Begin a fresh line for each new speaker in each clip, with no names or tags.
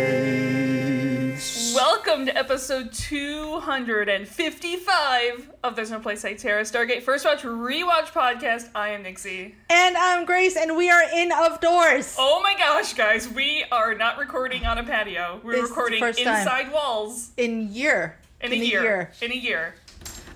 Welcome to episode 255 of There's No Place Like Terra Stargate First Watch Rewatch Podcast. I am Nixie.
And I'm Grace, and we are in of doors.
Oh my gosh, guys, we are not recording on a patio. We're
This is the
recording
first time.
inside walls
In year.
in, a year. In a year.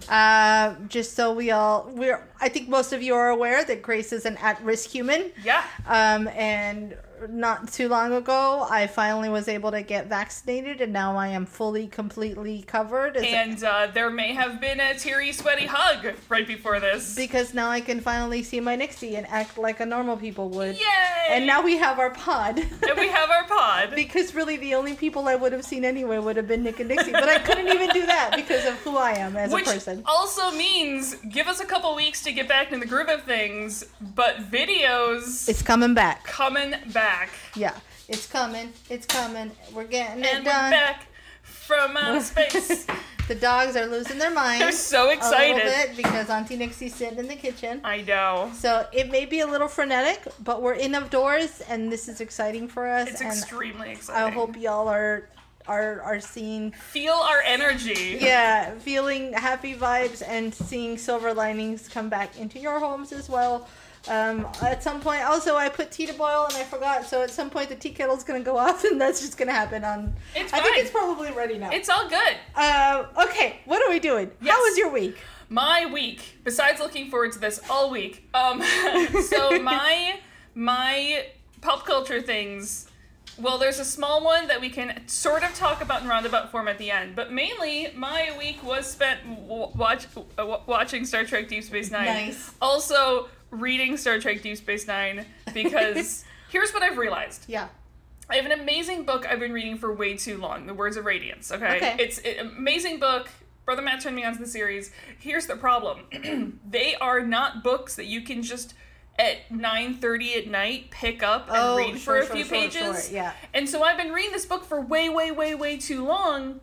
Uh, just so we all, we're. I think most of you are aware that Grace is an at-risk human.
Yeah.
Um, and not too long ago, I finally was able to get vaccinated, and now I am fully, completely covered. Is it-
And uh, there may have been a teary, sweaty hug right before this.
because now I can finally see my Nixie and act like a normal people would.
Yay!
And now we have our pod.
and we have our pod.
because really the only people I would have seen anyway would have been Nick and Dixie. But I couldn't even do that because of who I am as
Which
a person.
also means give us a couple weeks to get back in the groove of things, but videos
It's coming back.
coming back.
Yeah. It's coming. It's coming. We're getting it
And we're
done.
back from outer space.
the dogs are losing their minds.
They're so
A
excited.
little bit because Auntie Nixie's sitting in the kitchen.
I know.
So it may be a little frenetic, but we're in of doors and this is exciting for us.
It's
and
extremely exciting.
I hope y'all are are are seeing
Feel our energy.
yeah, feeling happy vibes and seeing silver linings come back into your homes as well. Um, at some point, also I put tea to boil and I forgot, so at some point the tea kettle's gonna go off and that's just gonna happen on.
It's
I think
fine.
it's probably ready now.
It's all good.
Uh, okay, what are we doing?
Yes.
How was your week?
My week, besides looking forward to this all week, um, so my my pop culture things. Well, there's a small one that we can sort of talk about in roundabout form at the end, but mainly my week was spent w- watch, uh, w- watching Star Trek Deep Space Nine.
Nice.
Also, reading Star Trek Deep Space Nine because here's what I've realized.
Yeah,
I have an amazing book I've been reading for way too long. The Words of Radiance. Okay,
Okay.
it's an amazing book. Brother Matt turned me on to the series. Here's the problem: they are not books that you can just at 9:30 at night pick up and
Oh,
read
sure,
for a
sure,
few
sure,
pages.
sure, yeah.
And so I've been reading this book for way, way, way, way too long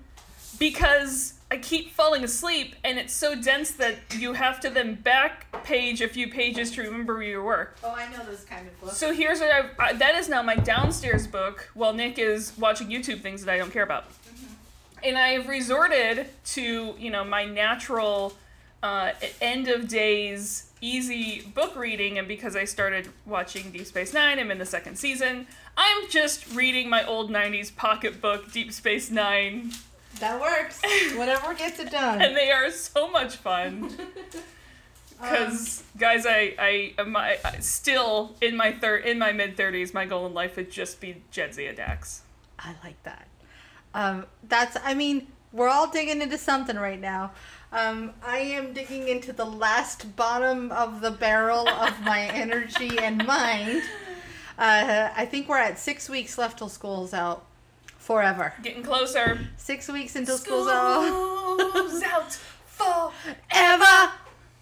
because I keep falling asleep, and it's so dense that you have to then back page a few pages to remember where you were.
oh, I know this kind of book.
So here's what I've. I, that is now my downstairs book while Nick is watching YouTube things that I don't care about.
Mm-hmm.
And I have resorted to, you know, my natural uh, end of days easy book reading. And because I started watching Deep Space Nine, I'm in the second season. I'm just reading my old 90s pocketbook, Deep Space Nine.
That works. Whatever gets it done.
And they are so much fun. Because guys, I I am I, I- still in my third in my mid thirties. My goal in life would just be Jedzia Dax.
I like that. Um, that's, I mean, we're all digging into something right now. Um, I am digging into the last bottom of the barrel of my energy and mind. Uh, I think we're at six weeks left till school's out forever.
Getting closer.
Six weeks until school's out.
School's out for
Ever!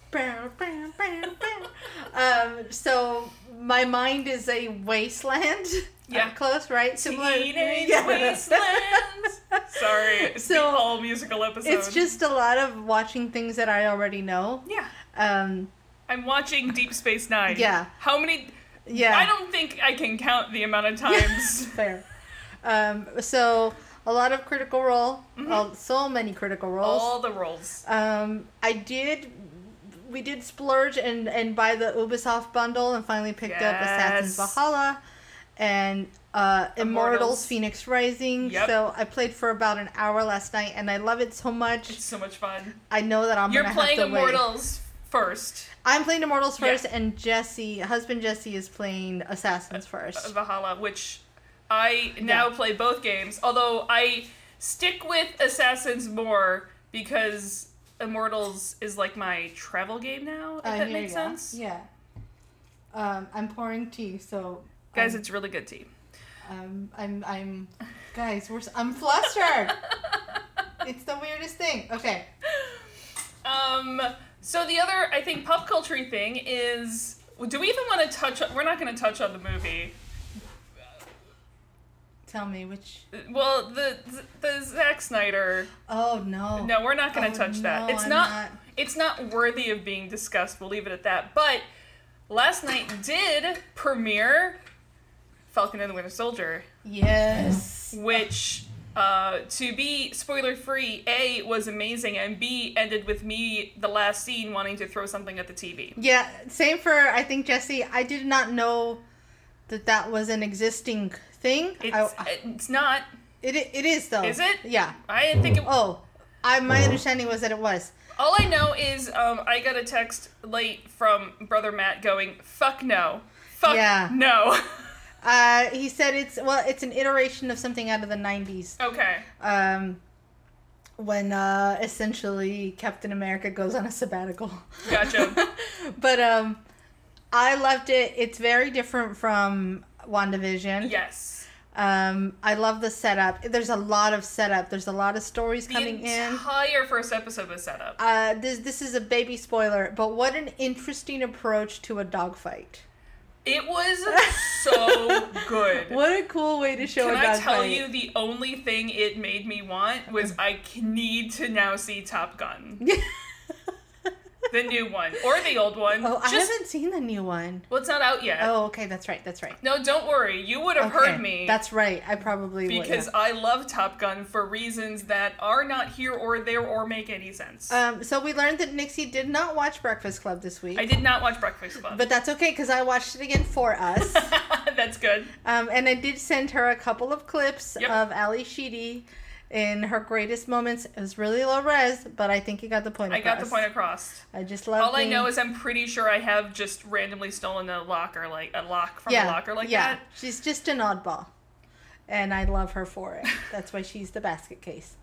Bow, bow, bow, bow. um, so my mind is a wasteland.
Yeah.
Up close, right? Similar.
teenage
Yeah.
wasteland. Sorry, it's the
So,
all musical episode.
It's just a lot of watching things that I already know.
yeah.
Um,
I'm watching Deep Space Nine.
Yeah.
How many?
yeah,
I don't think I can count the amount of times.
fair. Um, so a lot of Critical Role, well, so many Critical Roles.
Mm-hmm. all the roles.
Um, I did, we did splurge and and buy the Ubisoft bundle and finally picked up Assassin's
Yes.
Valhalla and uh, Immortals.
Immortals.
Phoenix Rising.
Yep.
So I played for about an hour last night and I love it so much.
It's so much fun.
I know that I'm
You're
gonna
playing
have to wait.
Immortals first.
I'm playing Immortals
Yeah.
first, and Jesse, husband Jesse, is playing
Uh,
Assassins first.
Valhalla, which I now
Yeah.
play both games, although I stick with Assassins more because Immortals is like my travel game now, if
I
that
hear
makes
ya.
sense.
Yeah. Um, I'm pouring tea, so
Guys,
um,
it's really good tea.
um, I'm I'm guys, we're s- I'm flustered. it's the weirdest thing. Okay,
Um So the other, I think, pop culture thing is, do we even want to touch? on- We're not going to touch on the movie.
Tell me which.
Well, the the Zack Snyder.
Oh no.
No, we're not going
Oh,
to touch that.
no,
It's
I'm
not,
not.
It's not worthy of being discussed. We'll leave it at that. But last night did premiere Falcon and the Winter Soldier,
Yes.
which. Uh, to be spoiler free, A was amazing, and B ended with me the last scene wanting to throw something at the TV.
Yeah. Same for I think Jesse. I did not know that that was an existing thing.
It's,
I, I-
it's not.
it it is though.
Is it?
Yeah.
I didn't think it.
Oh, I my understanding was that it was.
All I know is um, I got a text late from brother Matt going, "Fuck no, fuck
Yeah.
no."
Uh, he said it's well, it's an iteration of something out of the '90s.
okay.
Um, when uh, essentially Captain America goes on a sabbatical.
Gotcha.
but um, I loved it. It's very different from WandaVision.
Yes.
Um, I love the setup. There's a lot of setup. There's a lot of stories
The
coming in.
entire first episode was set up.
Uh, this this is a baby spoiler, but what an interesting approach to a dogfight.
It was so good.
What a cool way to show
Can
a
I
dogfight.
tell you the only thing it made me want was I c- need to now see Top Gun, the new one or the old one.
Oh, I
Just- Uh,
haven't seen the new one.
Well, it's not out yet.
Oh, okay, that's right, that's right.
No, don't worry. You would have
Okay,
heard me.
That's right. I probably would
because
have.
I love Top Gun for reasons that are not here or there or make any sense.
Um, so we learned that Nixie did not watch Breakfast Club this week,
I did not watch Breakfast Club.
but that's okay because I watched it again for us.
That's good.
um, and I did send her a couple of clips
Yep.
of Ali Sheedy in her greatest moments. It was really low res, but I think you got the point.
I got the
across.
point across.
I just love.
All I
being-
know is I'm pretty sure I have just randomly stolen a locker, like a lock from a locker like
yeah.
that.
She's just an oddball, and I love her for it. That's why she's the basket case.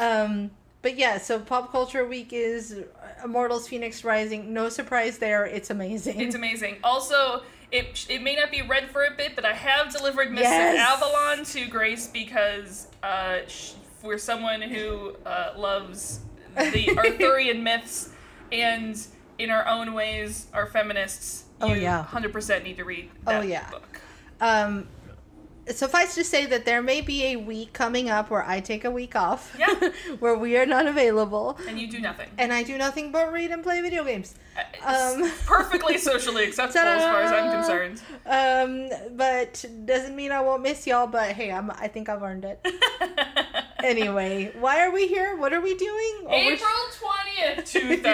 Um, but yeah, so pop culture week is uh, Immortals: Phoenix Rising. No surprise there. It's amazing.
It's amazing. Also, it it may not be read for a bit, but I have delivered Miss
Yes.
Avalon to Grace because uh, sh- we're someone who uh, loves the Arthurian myths and, in our own ways, are feminists.
Oh,
you
yeah.
100% need to read
Oh,
that
yeah.
book.
Um, suffice to say that there may be a week coming up where I take a week off,
Yeah.
where we are not available,
And you do nothing.
and I do nothing but read and play video games. Um.
It's Perfectly socially acceptable as far as I'm
Ta-da!
concerned.
Um, but doesn't mean I won't miss y'all. But hey, I'm, I think I've earned it. anyway, why are we here? What are we doing? Oh, we're,
April 20th,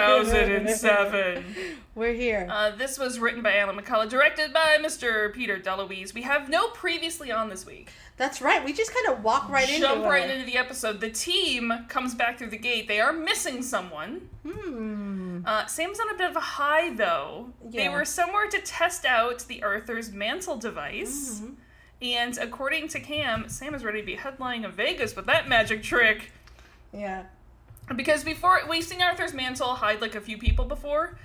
2007.
we're here.
Uh, this was written by Alan McCullough, directed by Mr. Peter DeLuise. We have no previously on this week.
That's right. We just kind of walk right into
Jump
it.
right into the episode. The team comes back through the gate. They are missing someone.
Hmm.
Uh, Sam's on a bit of a high, though. They
Yeah.
were somewhere to test out the Earther's mantle device. And according to Cam, Sam is ready to be headlining in Vegas with that magic trick.
Yeah.
Because before we've seen Arthur's mantle hide like a few people before,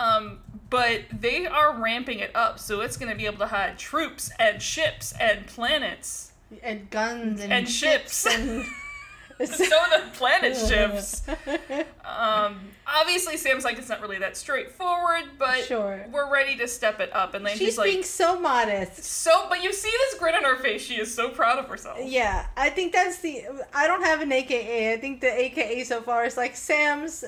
um, but they are ramping it up, so it's gonna be able to hide troops and ships and planets
And guns and,
and, ships.
and
so the planet ships. Um, obviously, Sam's like it's not really that straightforward, but
Sure.
we're ready to step it up. And then
She's
she's like,
being so modest.
so. But you see this grin on her face; she is so proud of herself.
Yeah, I think that's the. I don't have an AKA. I think the AKA so far is like Sam's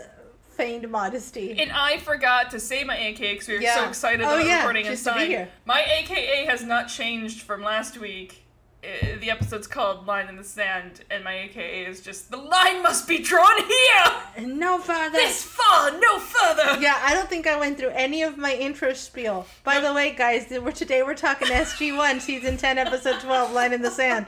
feigned modesty.
And I forgot to say my AKA because we were so
Yeah.
excited
Oh,
about
yeah,
recording
just to
in
be
time.
here.
My AKA has not changed from last week. Uh, the episode's called Line in the Sand, and my AKA is just The line must be drawn here!
no further.
This far, no further!
Yeah, I don't think I went through any of my intro spiel. By the way, guys, th- we're, today we're talking SG1, season 10, episode 12, Line in the Sand.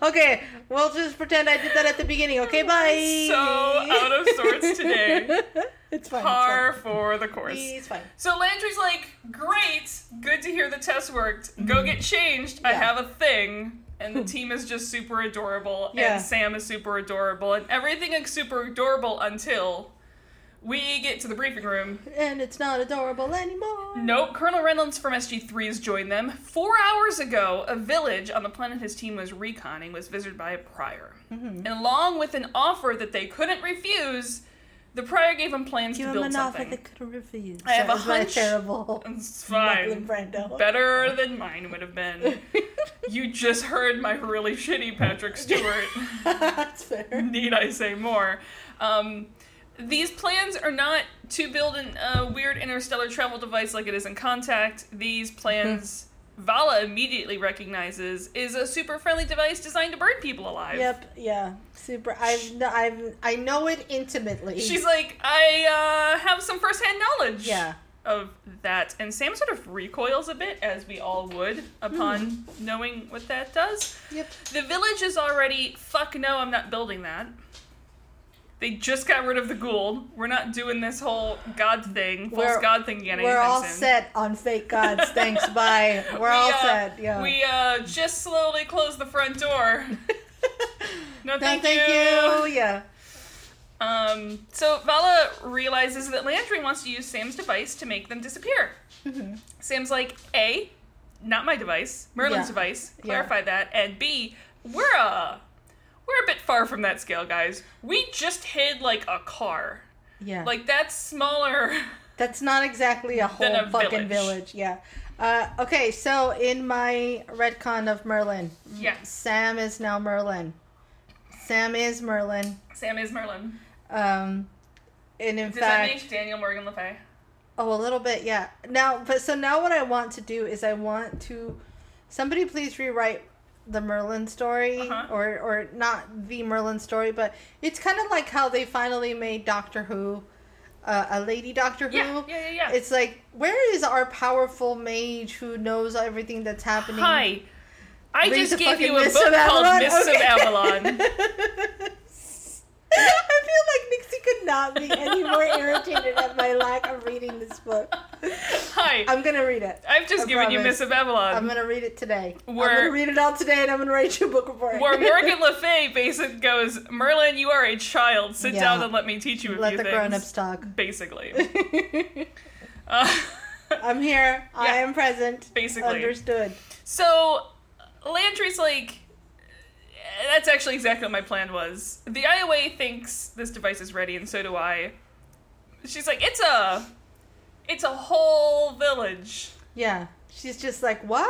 Okay, we'll just pretend I did that at the beginning. Okay, bye.
So out of sorts today.
it's fine.
Par for the course.
It's fine.
So Landry's like, Great, good to hear the test worked. Go get changed. I
Mm-hmm. Yeah. Hmm.
have a thing. And the team is just super adorable,
Yeah.
and Sam is super adorable, and everything is super adorable until we get to the briefing room.
It's fine. And it's not adorable anymore.
Nope, Colonel Reynolds from SG3 has joined them. Four hours ago, a village on the planet his team was
Mm-hmm.
reconning was visited by a prior. And along with an offer that they couldn't refuse, The prior gave him plans
Give
to
him
build
an offer
something.
that could refuse.
I have
That
a
was my
hunch.
Terrible.
It's fine.
Marlon Brando.
Better than mine would have been. You just heard my really shitty Patrick Stewart.
That's fair.
Need I say more? Um, these plans are not to build a uh, weird interstellar travel device like it is in Contact. These plans,
Hmm.
Vala immediately recognizes, is a super friendly device designed to burn people alive.
Yep. Yeah. Super. I've. kn- I've. I know it intimately.
She's like, I uh, have some firsthand knowledge
Yeah.
of that. And Sam sort of recoils a bit, as we all would, upon
Hmm.
knowing what that does.
Yep.
The village is already, fuck no, I'm not building that. They just got rid of the Gould. We're not doing this whole God thing, false
We're-
God thing again.
We're
anytime
all
soon.
set on fake gods. Thanks. Bye. We're
We,
all
uh,
set. Yeah.
We uh, just slowly closed the front door. No,
no,
thank,
thank you. Yeah.
Um, so Vala realizes that Landry wants to use Sam's device to make them disappear.
Mm-hmm.
Sam's like, A, not my device, Merlin's
Yeah.
device.
Yeah.
Clarify that. And B, we're a we're a bit far from that scale, guys. We just hid like a car.
Yeah.
Like that's smaller.
That's not exactly a whole
Than a
fucking
village.
village. Yeah. Uh, okay, so in my retcon of Merlin,
yes.
Sam is now Merlin. Sam is Merlin.
Sam is Merlin.
Um, and in
Does that
fact,
make Daniel Morgan Le Fay?
oh, a little bit, yeah. Now, but so now what I want to do is I want to, somebody please rewrite the Merlin story,
Uh-huh.
or or not the Merlin story, but it's kind of like how they finally made Doctor Who, uh, a lady Doctor Who.
Yeah, yeah, yeah, yeah.
It's like, where is our powerful mage who knows everything that's happening?
Hi. I
Read
just
the
gave
fucking
you a
Miss
book
of
called
Avalon.
Miss of
Okay.
Avalon.
I feel like Nixie could not be any more irritated at my lack of reading this book.
Hi.
I'm gonna read it.
I've just
I
given you
promise.
Miss of Avalon.
I'm gonna read it today.
Where-
I'm gonna read it all today, and I'm gonna write you a book report.
Where Morgan Le Fay basically goes, Merlin, you are a child. Sit
Yeah.
down and let me teach you a
Let
few
the
things.
grown-ups talk.
Basically. Uh,
I'm here. I
Yeah.
am present.
Basically.
understood.
so Landry's like, that's actually exactly what my plan was. The IOA thinks this device is ready, and so do I. She's like, it's a, it's a whole village.
Yeah, she's just like, what?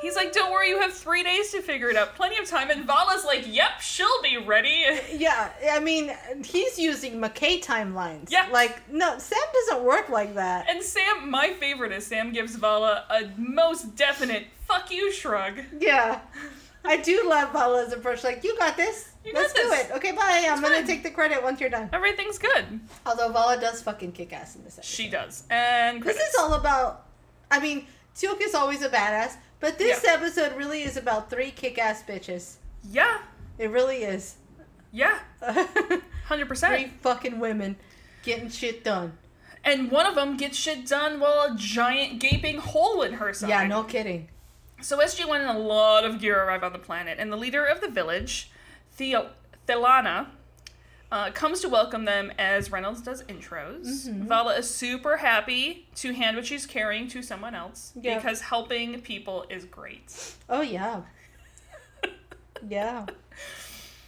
He's like, don't worry, you have three days to figure it out. Plenty of time. And Vala's like, yep, she'll be ready.
Yeah, I mean, he's using McKay timelines.
Yeah.
like no, Sam doesn't work like that.
And Sam, my favorite is Sam gives Vala a most definite "fuck you" shrug.
Yeah. I do love Vala's approach. Like, you got this.
You got
Let's
this.
do it. Okay, bye. I'm going
fine.
to take the credit once you're done.
Everything's good.
Although Vala does fucking kick ass in this episode.
She does. And
This is all about. I mean, Teal'c is always a badass, but this
Yeah.
episode really is about three kick ass bitches.
yeah,
It really is.
yeah,
three
hundred percent.
fucking women getting shit done.
And one of them gets shit done while a giant gaping hole in her side.
Yeah, no kidding.
So SG One and a lot of gear arrive on the planet, and the leader of the village, Theo- Thelana, uh, comes to welcome them as Reynolds does intros.
Mm-hmm.
Vala is super happy to hand what she's carrying to someone else
Yeah.
because helping people is great.
Oh, yeah. yeah.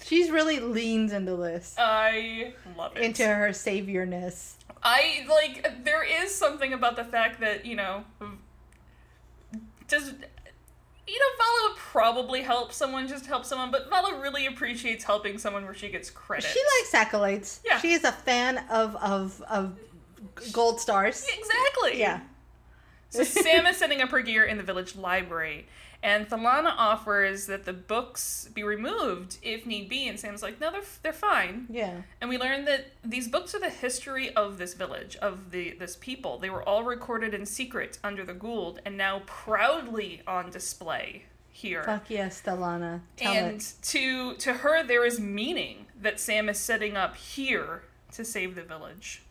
She's really leans into this,
I love it.
into her saviorness.
I like there is something about the fact that you know does you know Vala would probably help someone just help someone, but Vala really appreciates helping someone where she gets credit.
She likes accolades.
Yeah.
She is a fan of of of g- gold stars.
exactly.
Yeah.
So Sam is setting up her gear in the village library, and Thalana offers that the books be removed if need be, and Sam's like, no, they're they're fine.
Yeah.
And we learned that these books are the history of this village, of the this people. They were all recorded in secret under the Gould and now proudly on display here.
Fuck yes, Delana. Tell
and
it.
to to her there is meaning that Sam is setting up here to save the village.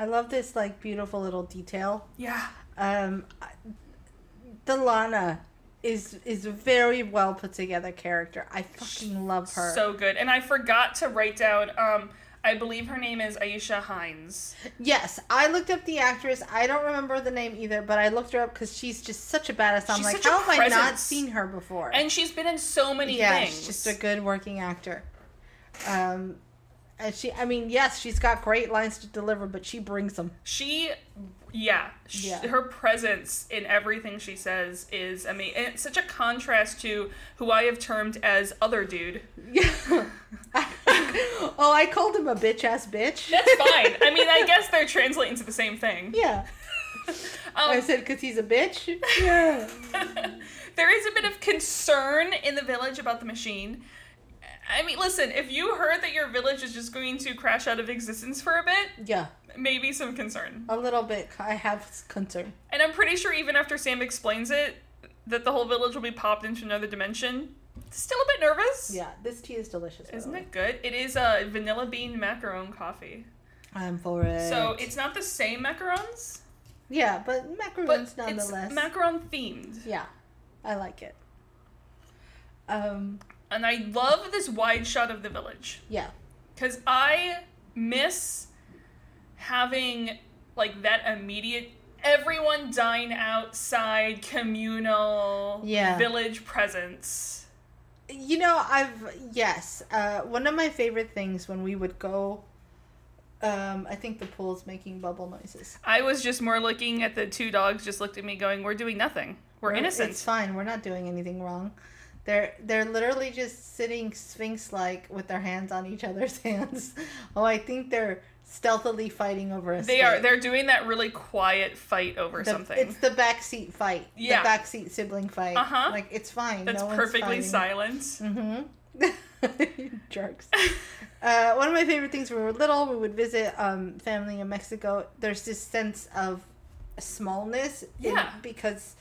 I love this like beautiful little detail.
Yeah.
Um I- Delana is is a very well put together character. I fucking love her.
So good. And I forgot to write down um I believe her name is Aisha Hines.
yes, I looked up the actress. I don't remember the name either, but I looked her up because she's just such a badass. I'm
She's
like,
such a
how have I not
presence.
seen her before?
And she's been in so many
yeah,
things.
she's just a good working actor. Um, And she, I mean, yes, she's got great lines to deliver, but she brings them.
She, yeah, sh
Yeah.
her presence in everything she says is I mean, and it's such a contrast to who I have termed as other dude.
oh, I called him a bitch ass bitch.
That's fine. I mean, I guess they're translating to the same thing.
yeah. I
Um,
said because he's a bitch. Yeah.
there is a bit of concern in the village about the machine. I mean, listen, if you heard that your village is just going to crash out of existence for a bit,
yeah.
maybe some concern.
A little bit. I have concern.
And I'm pretty sure even after Sam explains it, that the whole village will be popped into another dimension. Still a bit nervous.
Yeah. This tea is delicious. by the
Isn't
way.
it good? It is a vanilla bean macaron coffee.
I'm for it.
So it's not the same macarons,
yeah, but
but
macarons
it's
nonetheless.
macaron themed.
yeah, I like it. Um.
And I love this wide shot of the village
Yeah.
because I miss having like that immediate everyone dine outside communal
Yeah.
village presence.
You know, I've yes. Uh, one of my favorite things when we would go. Um, I think the pool's making bubble noises.
I was just more looking at the two dogs just looked at me going, "We're doing nothing. We're, innocent."
It's fine. We're not doing anything wrong. They're they're literally just sitting sphinx like with their hands on each other's hands. Oh, I think they're stealthily fighting over a.
They are
snake.
they're doing that really quiet fight over
The-
something.
It's the backseat fight.
Yeah.
The backseat sibling fight.
Uh-huh.
Like it's fine.
That's
no one's Mm.
perfectly
fighting.
silent.
You jerks. Mm-hmm. uh, one of my favorite things when we were little, we would visit um, family in Mexico. There's this sense of smallness. in-
Yeah.
because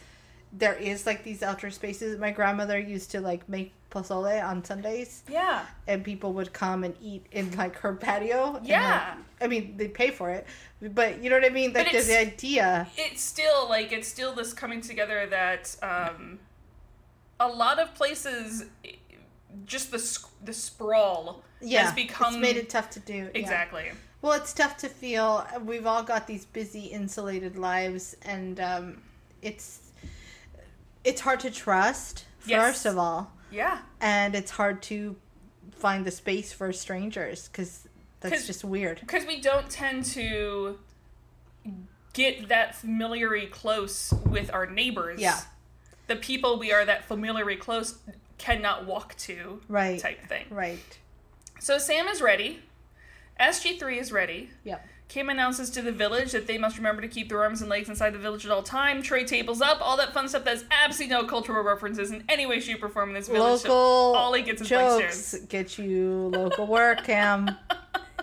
there is like these outdoor spaces. My grandmother used to like make pozole on Sundays,
Yeah.
and people would come and eat in like her patio. and,
Yeah.
like, I mean, they pay for it, but you know what I mean? Like,
But
there's the
it's-
idea.
It's still like it's still this coming together that um a lot of places i- just the sc- the sprawl
Yeah.
has become
it's made it tough to do. yeah.
exactly.
Well, it's tough to feel. We've all got these busy, insulated lives, and um, it's it's hard to trust
Yes.
first of all,
Yeah.
and it's hard to find the space for strangers because that's
'Cause-
just weird.
Because we don't tend to get that familiarly close with our neighbors.
Yeah.
The people we are that familiarly close cannot walk to
Right.
type thing.
Right.
So Sam is ready. SG3 is ready.
Yep.
Kim announces to the village that they must remember to keep their arms and legs inside the village at all time, tray tables up, all that fun stuff that's absolutely no cultural references in any way, shape, or form in this village. so
Local
all he gets is blank
jokes
stares.
get you local work, Cam.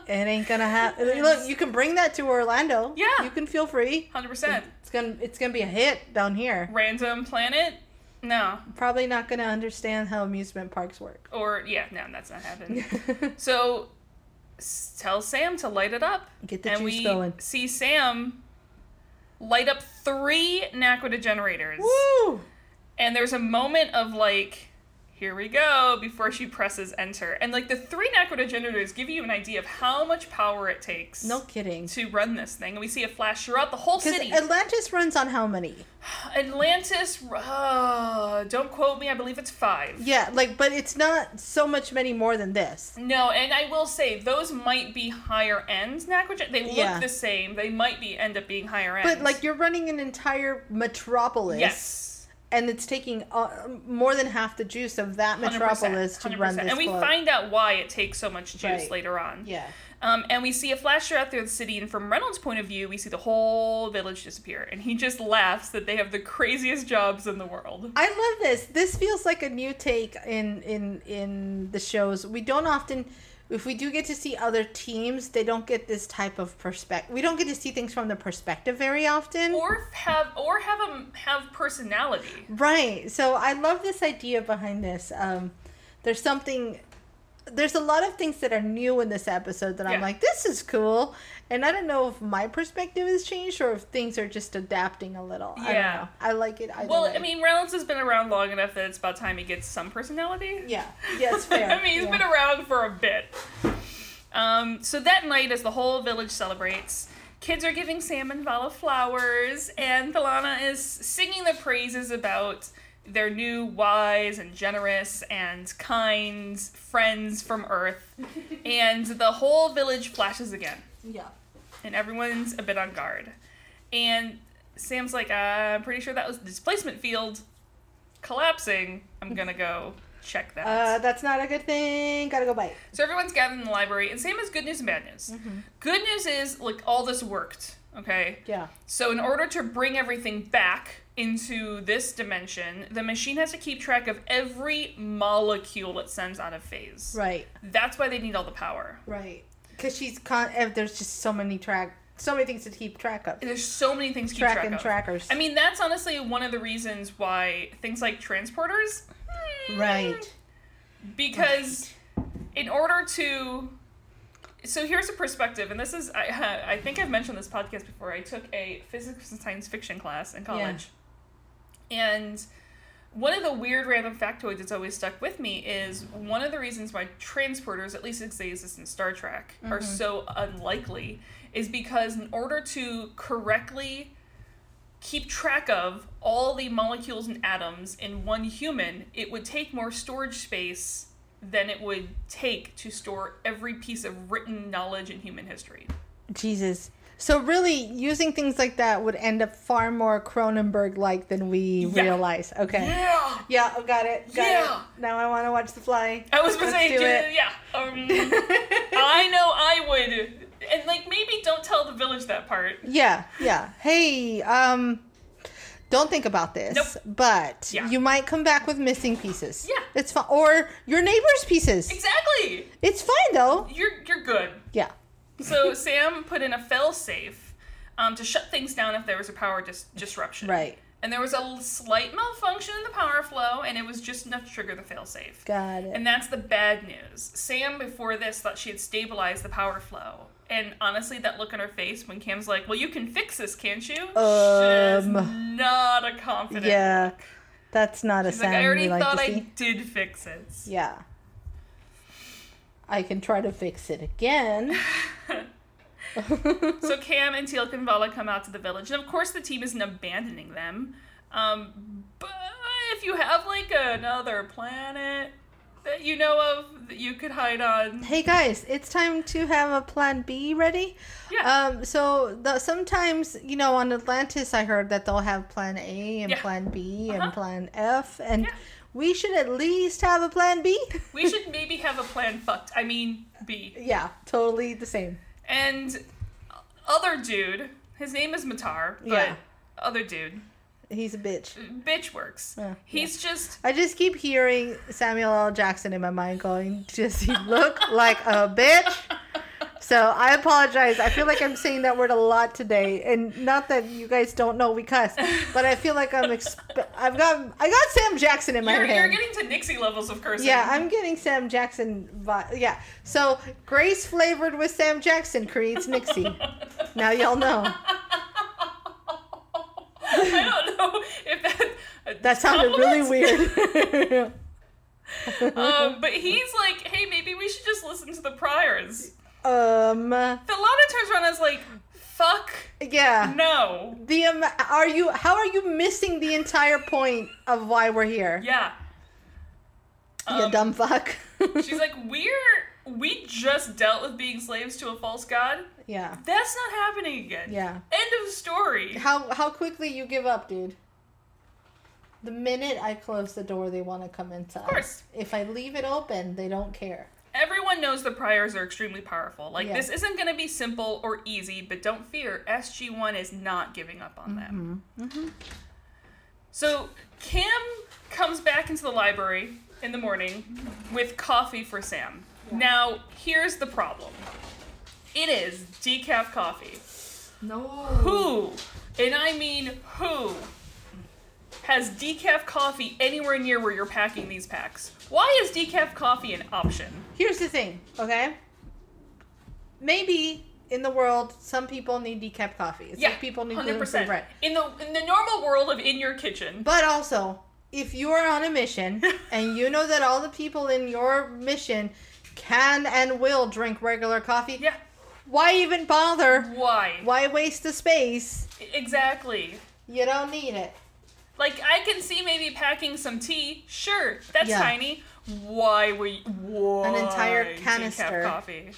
It ain't gonna happen. Look, you can bring that to Orlando.
Yeah.
you can feel free.
100%.
It's gonna it's gonna be a hit down here.
Random planet? No.
Probably not gonna understand how amusement parks work.
Or, yeah, no, that's not happening. So s- tell Sam to light it up.
Get the
and
juice
we
going.
see Sam light up three Naquita generators.
Woo!
And there's a moment of like, here we go, before she presses enter. And like the three Naquita generators give you an idea of how much power it takes
No kidding.
to run this thing. And we see a flash throughout the whole
Because
city.
Atlantis runs on how many?
Atlantis, uh, don't quote me, I believe it's five.
Yeah, like, but it's not so much many more than this.
No, and I will say those might be higher end Naquita. They look
Yeah.
the same. They might be end up being higher end.
But like, you're running an entire metropolis,
yes,
and it's taking uh, more than half the juice of that
100%,
metropolis to run
100%.
this.
and we
globe.
find out why it takes so much juice
Right.
later on.
yeah,
Um, and we see a flash throughout through the city, and from Reynolds' point of view, we see the whole village disappear, and he just laughs that they have the craziest jobs in the world.
I love this. This feels like a new take in in in the shows. We don't often. If we do get to see other teams, they don't get this type of perspective. We don't get to see things from the perspective very often.
Or have or have them have personality.
Right. So I love this idea behind this. Um, there's something. There's a lot of things that are new in this episode that I'm
Yeah.
like, this is cool, and I don't know if my perspective has changed or if things are just adapting a little. I don't
Yeah.
know. I like it. either
Well,
way.
I mean, Reynolds has been around long enough that it's about time he gets some personality.
yeah, yeah, it's fair.
I mean, he's
yeah.
been around for a bit. Um, so that night, as the whole village celebrates, kids are giving Sam and Vala flowers, and Thalana is singing the praises about their new wise and generous and kind friends from Earth, and the whole village flashes again,
Yeah.
and everyone's a bit on guard. And Sam's like, uh, I'm pretty sure that was the displacement field collapsing. I'm gonna go check that.
Uh, that's not a good thing. Gotta go bite.
So everyone's gathered in the library, and same as good news and bad news.
Mm-hmm.
Good news is like all this worked, okay?
Yeah.
So in order to bring everything back into this dimension, the machine has to keep track of every molecule it sends out of phase.
Right.
That's why they need all the power.
Right. Because she's con. eh, There's just so many track, so many things to keep track of.
There's so many things to keep
Track
track
and
of.
trackers.
I mean, that's honestly one of the reasons why things like transporters. hmm,
Right.
because in order to so here's a perspective and this is I, I think i've mentioned this podcast before i took a physics and science fiction class in college and one of the weird random factoids that's always stuck with me is one of the reasons why transporters at least as they exist in star trek are so unlikely is because in order to correctly keep track of all the molecules and atoms in one human, it would take more storage space than it would take to store every piece of written knowledge in human history.
Jesus. So really, using things like that would end up far more Cronenberg-like than we
Yeah.
realize. Okay.
Yeah.
Yeah, I got it. Got
Yeah.
it. Now I want to watch The Fly.
I was gonna
Let's
say,
do
dude,
it.
yeah. Um, I know I would, and like maybe don't tell the village that part.
Yeah, yeah. Hey, um, don't think about this. But
Yeah.
you might come back with missing pieces.
Yeah.
it's fine. Or your neighbor's pieces.
Exactly.
It's fine though.
You're you're good.
Yeah.
So Sam put in a fail safe um, to shut things down if there was a power dis- disruption.
Right.
And there was a l- slight malfunction in the power flow, and it was just enough to trigger the failsafe.
Got it.
And that's the bad news. Sam, before this, thought she had stabilized the power flow. And honestly, that look on her face when Cam's like, Well, you can fix this, can't you? She's not a confident.
Um, yeah. That's not a
She's
sound
like, I already
we like
thought
to
I
see.
did fix it.
Yeah. I can try to fix it again.
So Cam and Teal'c and Vala come out to the village, and of course the team isn't abandoning them. Um, but if you have like another planet that you know of that you could hide on,
hey guys, it's time to have a plan B ready.
yeah,
Um, so the, sometimes, you know, on Atlantis, I heard that they'll have plan A and
Yeah.
plan B
Uh-huh.
and plan F, and
Yeah.
we should at least have a plan B.
we should maybe have a plan. Fucked. I mean B.
yeah, totally the same.
And other dude, his name is Matar, but
Yeah.
other dude,
He's a bitch.
bitch works.
Uh, Yeah,
He's just
I just keep hearing Samuel L. Jackson in my mind going, Does he look like a bitch? So I apologize. I feel like I'm saying that word a lot today, and not that you guys don't know we cuss, but I feel like I'm. Exp- I've got I got Sam Jackson in my
you're,
head.
you're getting to Nixie levels of cursing.
Yeah, I'm getting Sam Jackson. Vi- yeah, so Grace flavored with Sam Jackson creates Nixie. now y'all know.
I don't know if that uh,
That sounded really weird.
um, but he's like, hey, maybe we should just listen to the priors.
um,
Thelana turns around and is like, fuck
yeah.
no.
The um, are you? How are you missing the entire point of why we're here?
Yeah.
you dumb fuck.
um, She's like, we're, we just dealt with being slaves to a false god.
yeah,
That's not happening again.
yeah.
End of story.
How how quickly you give up, dude? The minute I close the door, they want to come inside. Of
course.
If I leave it open, they don't care.
Everyone knows the priors are extremely powerful. Like,
Yeah.
this isn't going to be simple or easy, but don't fear. SG1 is not giving up on them.
Mm-hmm.
So, Kim comes back into the library in the morning with coffee for Sam. Now, here's the problem it is decaf coffee.
No.
Who, and I mean who, has decaf coffee anywhere near where you're packing these packs? Why is decaf coffee an option?
Here's the thing, okay? Maybe in the world, some people need decaf coffee. It's like people need gluten free bread.
In the in the normal world of in your kitchen,
But also, if you are on a mission and you know that all the people in your mission can and will drink regular coffee,
yeah.
why even bother?
Why?
Why waste the space?
Exactly.
You don't need it.
Like I can see maybe packing some tea. Sure, that's
Yeah.
tiny. Why were you, why
entire
decaf
canister.
coffee?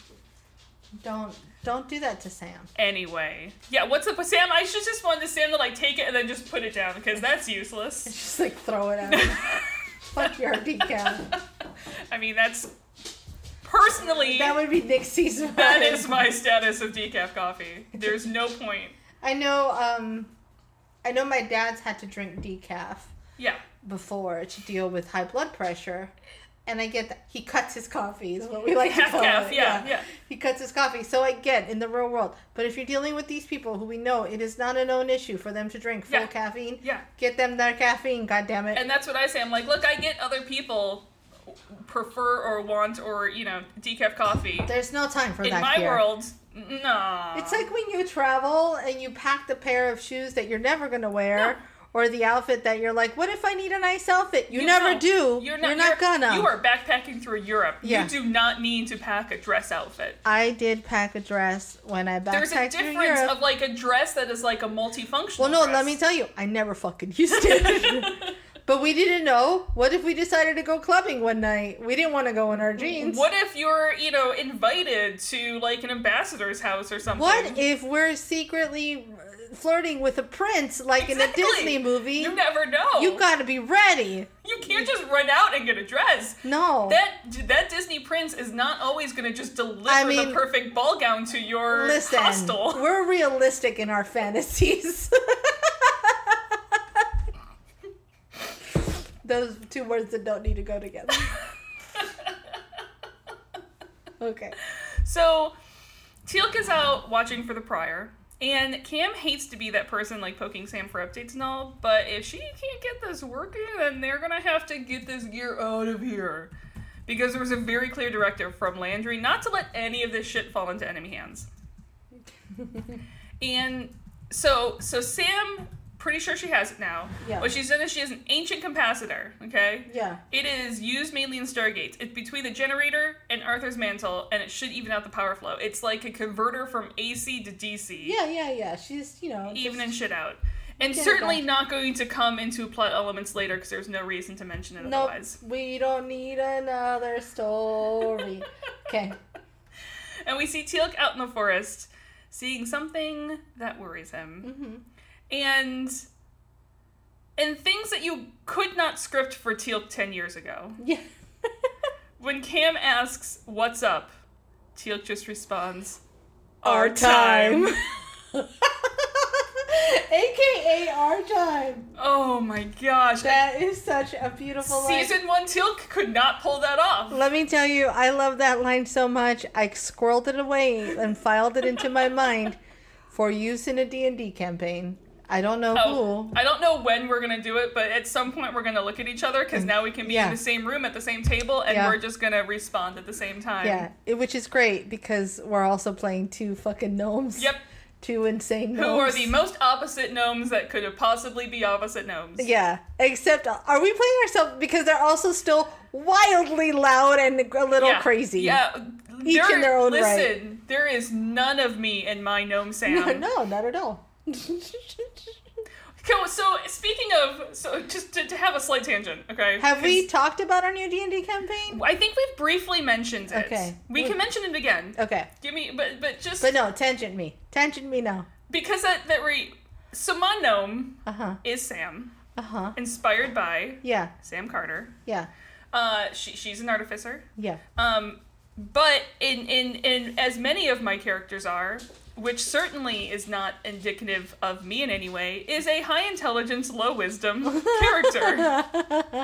Don't don't do that to Sam.
Anyway, yeah. What's up with Sam? I should just wanted Sam to like take it and then just put it down because that's useless.
Just like throw it out. Fuck your decal.
I mean, that's personally
That would be Nixie's.
that
vibe.
is my status of decaf coffee. There's no point.
I know. Um, I know my dad's had to drink decaf
Yeah,
before to deal with high blood pressure, and I get that he cuts his coffee is what we like to
half
call
calf.
it.
Yeah, yeah.
He cuts his coffee, so I get in the real world. But if you're dealing with these people who we know it is not a known issue for them to drink full
Yeah.
caffeine,
Yeah.
get them their caffeine. God damn it!
And that's what I say. I'm like, look, I get other people prefer or want or you know decaf coffee.
There's no time for
In
that
my
here.
world, no.
It's like when you travel and you pack the pair of shoes that you're never going to wear or the outfit that you're like, what if I need a nice outfit? You, never
don't.
do. You're not, gonna.
You are backpacking through Europe.
Yeah.
You do not need to pack a dress outfit.
I did pack a dress when I backpacked
There's a
through
difference
Europe.
of like a dress that is like a multifunctional.
well, no,
dress.
let me tell you, I never fucking used it. but we didn't know. What if we decided to go clubbing one night? We didn't want to go in our jeans.
What if you're, you know, invited to like an ambassador's house or something?
What if we're secretly uh, flirting with a prince like
Exactly.
in a Disney movie?
You never know.
you gotta be ready.
You can't just run out and get a dress.
No.
That that Disney prince is not always going to just deliver
I mean-
the perfect ball gown to your
Listen,
hostel.
we're realistic in our fantasies. Those two words that don't need to go together. Okay.
So, Teal'c's out watching for the prior, and Cam hates to be that person like poking Sam for updates and all. But if she can't get this working, then they're gonna have to get this gear out of here, because there was a very clear directive from Landry not to let any of this shit fall into enemy hands. and so, so Sam, pretty sure she has it now.
Yeah.
What she's done is she has an ancient capacitor. Okay.
Yeah.
It is used mainly in Stargates. It's between the generator and Arthur's mantle, and it should even out the power flow. It's like a converter from AC to DC,
Yeah, yeah, yeah. She's, you know,
even
just-
and shit out. And
Yeah,
certainly
gotcha.
not going to come into plot elements later because there's no reason to mention it
nope.
otherwise.
We don't need another story. okay.
And we see Teal'c out in the forest, seeing something that worries him,
Mm-hmm.
and and things that you could not script for Teal'c ten years ago.
Yeah.
When Cam asks, "What's up?" Teal'c just responds,
Our
Um.
time. AKA our time.
Oh my gosh.
That is such a beautiful line.
Season one Tilk could not pull that off.
Let me tell you, I love that line so much. I squirreled it away and filed it into my mind for use in a D&D campaign. I don't know
Oh,
who.
I don't know when we're gonna do it, but at some point we're gonna look at each other because now we can be
Yeah.
in the same room at the same table and
Yeah.
we're just gonna respond at the same time.
Yeah, it, which is great because we're also playing two fucking gnomes.
Yep.
Two insane
Who
gnomes.
are the most opposite gnomes that could possibly be opposite gnomes?
Yeah, except are we playing ourselves because they're also still wildly loud and a little
Yeah.
crazy.
Yeah.
Each
there,
in their own right.
listen, there is none of me in my gnome Sam.
No, no, not at all.
Okay, So speaking of, so just to, to have a slight tangent, okay?
Have we
'Cause
talked about our new D&D campaign?
I think we've briefly mentioned it.
Okay.
We can mention it again.
Okay.
Give me, but but just
But no, tangent me. Tangent me now.
because that that re so my gnome
Uh-huh.
is Sam,
Uh-huh.
inspired by
Yeah.
Sam Carter.
Yeah.
Uh, she she's an artificer.
Yeah.
Um, but in in in as many of my characters are, which certainly is not indicative of me in any way, is a high intelligence, low wisdom character.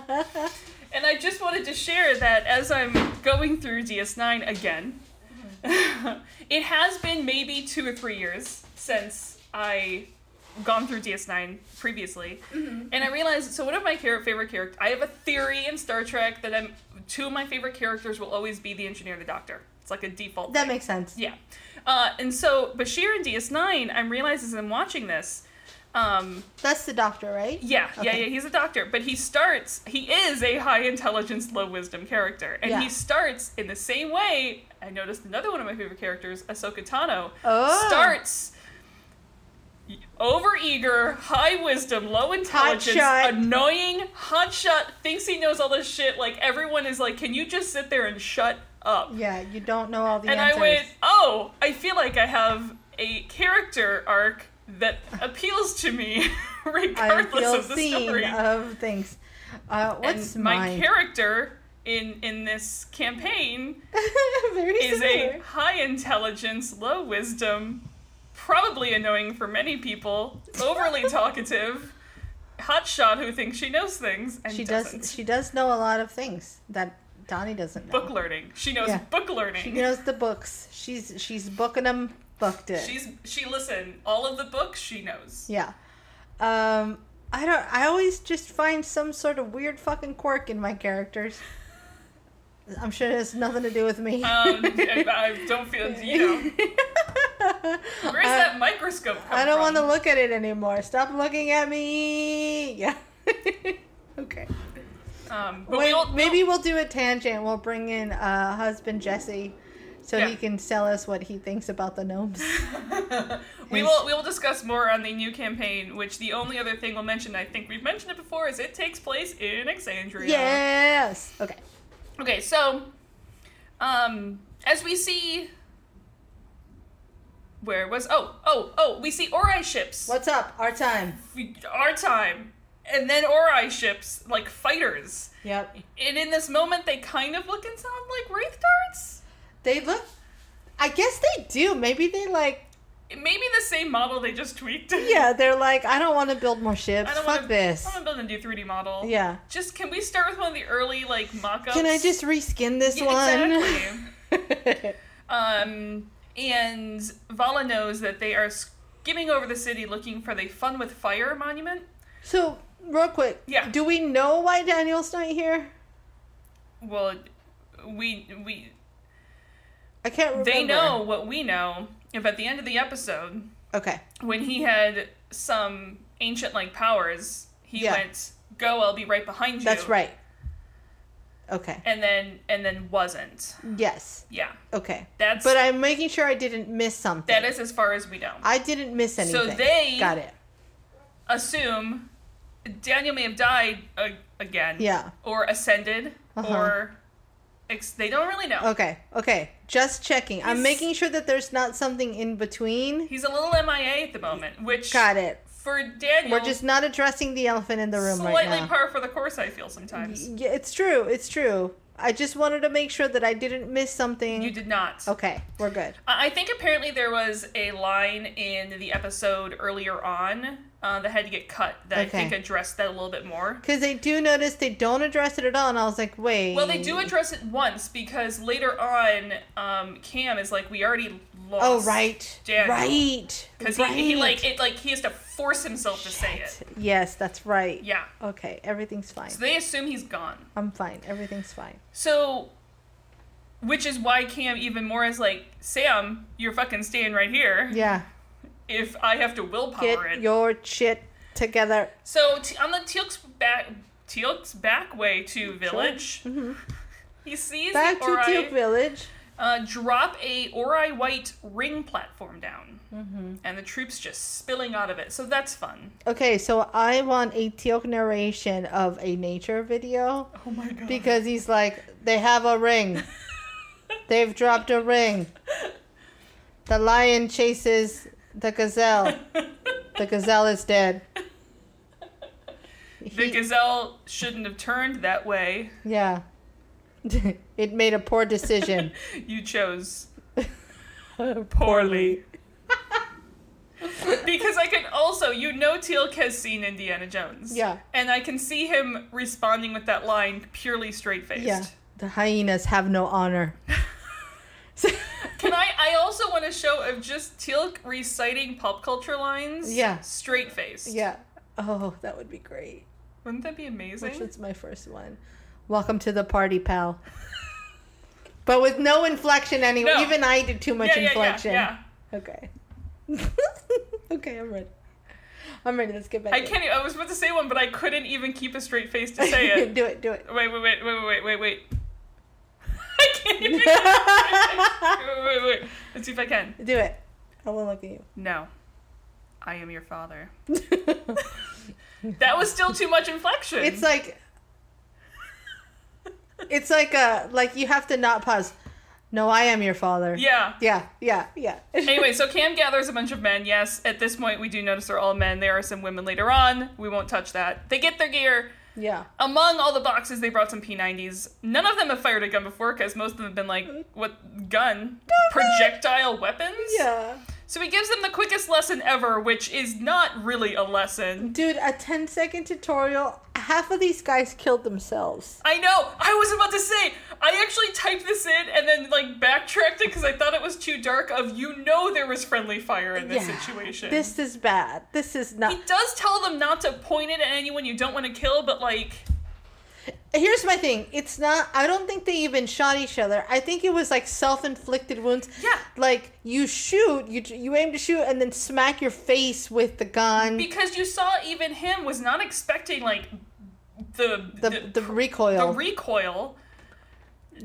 And I just wanted to share that as I'm going through DS9 again, it has been maybe two or three years since I gone through DS9 previously, and I realized so one of my char- favorite character. I have a theory in Star Trek that I'm two of my favorite characters will always be the engineer and the doctor. It's like a default.
that
thing.
makes sense.
Yeah. Uh, and so Bashir in DS9, I'm realizing as I'm watching this, um,
That's the doctor, right?
yeah, yeah,
Okay.
yeah. He's a doctor, but he starts. He is a high intelligence, low wisdom character, and
Yeah.
he starts in the same way. I noticed another one of my favorite characters, Ahsoka Tano,
Oh.
starts overeager, high wisdom, low intelligence,
Hotshot.
annoying, hotshot, thinks he knows all this shit. Like everyone is like, can you just sit there and shut up?
Yeah, you don't know all the
and
answers.
I went, oh, I feel like I have a character arc that appeals to me,
I
regardless
feel
of the
seen
story.
of things. Uh, what's
and my
mine?
character in in this campaign
Very
is a
similar.
high intelligence, low wisdom, probably annoying for many people, overly talkative, hotshot who thinks she knows things and
she
doesn't.
does. She does know a lot of things that Donnie doesn't know.
book learning. She knows
Yeah.
book learning.
She knows the books. She's she's booking them. Booked it.
She's she listen all of the books she knows.
Yeah. Um, I don't. I always just find some sort of weird fucking quirk in my characters. I'm sure it has nothing to do with me.
Um, and I don't feel you know where's
I-
that microscope come
Uh, I don't
from?
want to look at it anymore. Stop looking at me. Yeah. okay.
Um, but
Wait,
we'll,
maybe we'll do a tangent. We'll bring in uh, husband Jesse, so
Yeah.
he can sell us what he thinks about the gnomes.
we will we will discuss more on the new campaign. Which the only other thing we'll mention, I think we've mentioned it before, is it takes place in Exandria.
Yes. Okay.
Okay, so um as we see where was oh oh oh we see Ori ships
What's up? Our time.
We- our time and then Ori ships like fighters
Yep.
and in this moment they kind of look and sound like wraith darts
They look. I guess they do. Maybe they like.
maybe the same model they just tweaked
Yeah, they're like, I don't want to build more ships.
I
Fuck
don't wanna,
this.
I'm gonna build a new 3D model
Yeah.
just can we start with one of the early like mock-ups
Can I just reskin this
Yeah,
one?
exactly Um, and Vala knows that they are skimming over the city looking for the Fun with Fire monument.
so, real quick.
Yeah.
Do we know why Daniel's not here?
Well, we we
I can't remember.
they know what we know. If at the end of the episode,
Okay.
when he had some ancient like powers, he
Yeah.
went, "Go, I'll be right behind you."
That's right. Okay.
And then and then wasn't.
Yes.
Yeah,
Okay.
that's
But I'm making sure I didn't miss something.
that is as far as we know.
I didn't miss anything.
they-
got it.
Assume Daniel may have died uh, again.
Yeah.
or ascended
Uh-huh.
or ex- they don't really know.
Okay. Okay. Just checking. I'm
He's-
making sure that there's not something in between.
He's a little MIA at the moment, which
Got it.
for Daniel
We're just not addressing the elephant in the room
slightly
right now.
par for the course. I feel sometimes
yeah, it's true. It's true. I just wanted to make sure that I didn't miss something.
you did not.
Okay, we're good.
I I think apparently there was a line in the episode earlier on uh, that had to get cut that I
Okay.
think addressed that a little bit more.
Because they do notice they don't address it at all, and I was like, wait.
Well, they do address it once because later on, um, Cam is like, "We already lost."
Oh, right.
Daniel.
Right.
Because
right.
he, he like it like he has to force himself to say it.
Yes, that's right.
Yeah.
Okay, everything's fine.
So they assume he's gone.
I'm fine. Everything's fine.
So, which is why Cam even more is like, Sam, you're fucking staying right here.
Yeah.
If I have to
Get
willpower it.
your shit together.
so t- on the Teal'c's back, Teal'c's back way to village, he sees
Mm-hmm. Back
the
to
Ori,
Teal Village.
uh, drop a Ori White ring platform down,
Mm-hmm.
and the troops just spilling out of it. So that's fun.
Okay, so I want a Teal narration of a nature video.
Oh my god.
Because he's like, they have a ring. They've dropped a ring. The lion chases the gazelle. The gazelle is dead.
the gazelle shouldn't have turned that way.
Yeah. it made a poor decision.
You chose poorly. because I can also, you know, Teal'c has seen Indiana Jones.
Yeah.
And I can see him responding with that line purely straight faced.
Yeah. The hyenas have no honor.
Can I? I also want a show of just Teal'c reciting pop culture lines.
Yeah.
Straight faced.
yeah. Oh, that would be great.
Wouldn't that be amazing?
Which is my first one. Welcome to the party, pal. But with no inflection anyway.
No.
Even I did too much
yeah, yeah, yeah,
inflection.
yeah.
Okay. okay, I'm ready. I'm ready. Let's get back.
I can't. e- I was about to say one, but I couldn't even keep a straight face to say it.
do it. Do it.
Wait, wait, wait, wait, wait, wait, wait. I can't even. wait, wait, wait. Let's see if I can.
Do it. I won't look at you.
No. I am your father. That was still too much inflection.
It's like it's like uh like you have to not pause. No, I am your father.
yeah.
Yeah, yeah, yeah.
Anyway, so Cam gathers a bunch of men. Yes, at this point we do notice they're all men. There are some women later on. We won't touch that. They get their gear.
yeah.
Among all the boxes, they brought some P90s. None of them have fired a gun before because most of them have been like, what gun? Projectile weapons?
Yeah.
So he gives them the quickest lesson ever, which is not really a lesson.
Dude, a 10 second tutorial. Half of these guys killed themselves.
I know. I was about to say. I actually typed this in and then like backtracked it because I thought it was too dark. Of you know, there was friendly fire in this
Yeah.
situation.
This is bad. This is not.
he does tell them not to point it at anyone you don't want to kill, but like
Here's my thing. It's not. I don't think they even shot each other. I think it was like self inflicted wounds.
Yeah.
Like you shoot, you you aim to shoot, and then smack your face with the gun.
because you saw even him was not expecting like the
the, the, recoil.
the recoil.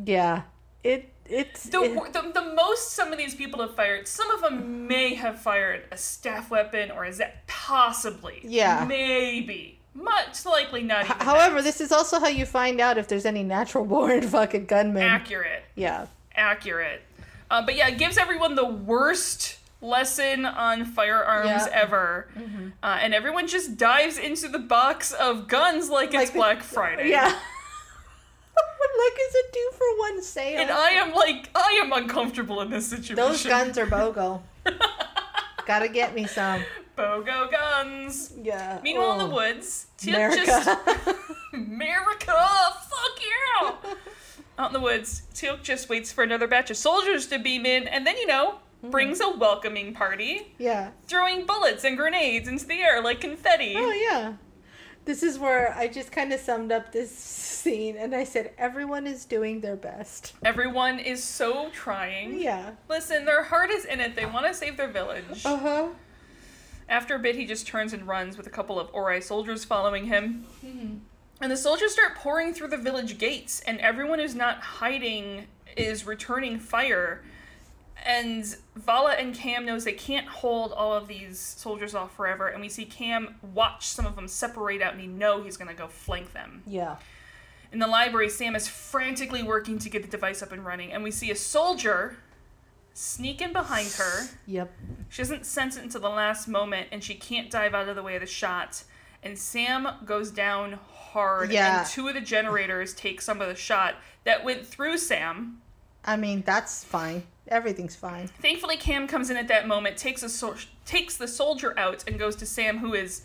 yeah. It it's
The,
it-
the, the most some of these people have fired, some of them may have fired a staff weapon or is that possibly?
Yeah.
Maybe. Much likely not even.
However, this is also how you find out if there's any natural born fucking gunmen.
accurate.
yeah.
accurate. Uh, but yeah, it gives everyone the worst lesson on firearms
Yeah. Mm-hmm.
ever. Uh, and everyone just dives into the box of guns like, it's
Like-
Black Friday.
Yeah. Look, is it two for one sale?
And I am like, I am uncomfortable in this situation.
Those guns are BOGO. Gotta get me some.
Bogo guns.
Yeah.
Meanwhile, in
Oh,
the woods, Tip
America.
just. America! Fuck you! Out in the woods, Tilk just waits for another batch of soldiers to beam in, and then, you know,
Mm.
brings a welcoming party.
yeah.
throwing bullets and grenades into the air like confetti.
Oh yeah. This is where I just kind of summed up this scene, and I said everyone is doing their best.
Everyone is so trying.
Yeah.
Listen, their heart is in it. They want to save their village.
Uh huh.
After a bit, he just turns and runs with a couple of Ori soldiers following him.
Mm-hmm.
And the soldiers start pouring through the village gates, and everyone who's not hiding is returning fire. And Vala and Cam knows they can't hold all of these soldiers off forever, and we see Cam watch some of them separate out, and he know he's gonna go flank them.
Yeah.
In the library, Sam is frantically working to get the device up and running, and we see a soldier sneak in behind her.
Yep.
She doesn't sense it until the last moment, and she can't dive out of the way of the shot. And Sam goes down hard,
Yeah.
and two of the generators take some of the shot that went through Sam.
I mean that's fine. Everything's fine.
Thankfully, Cam comes in at that moment, takes a sol- takes the soldier out, and goes to Sam, who is.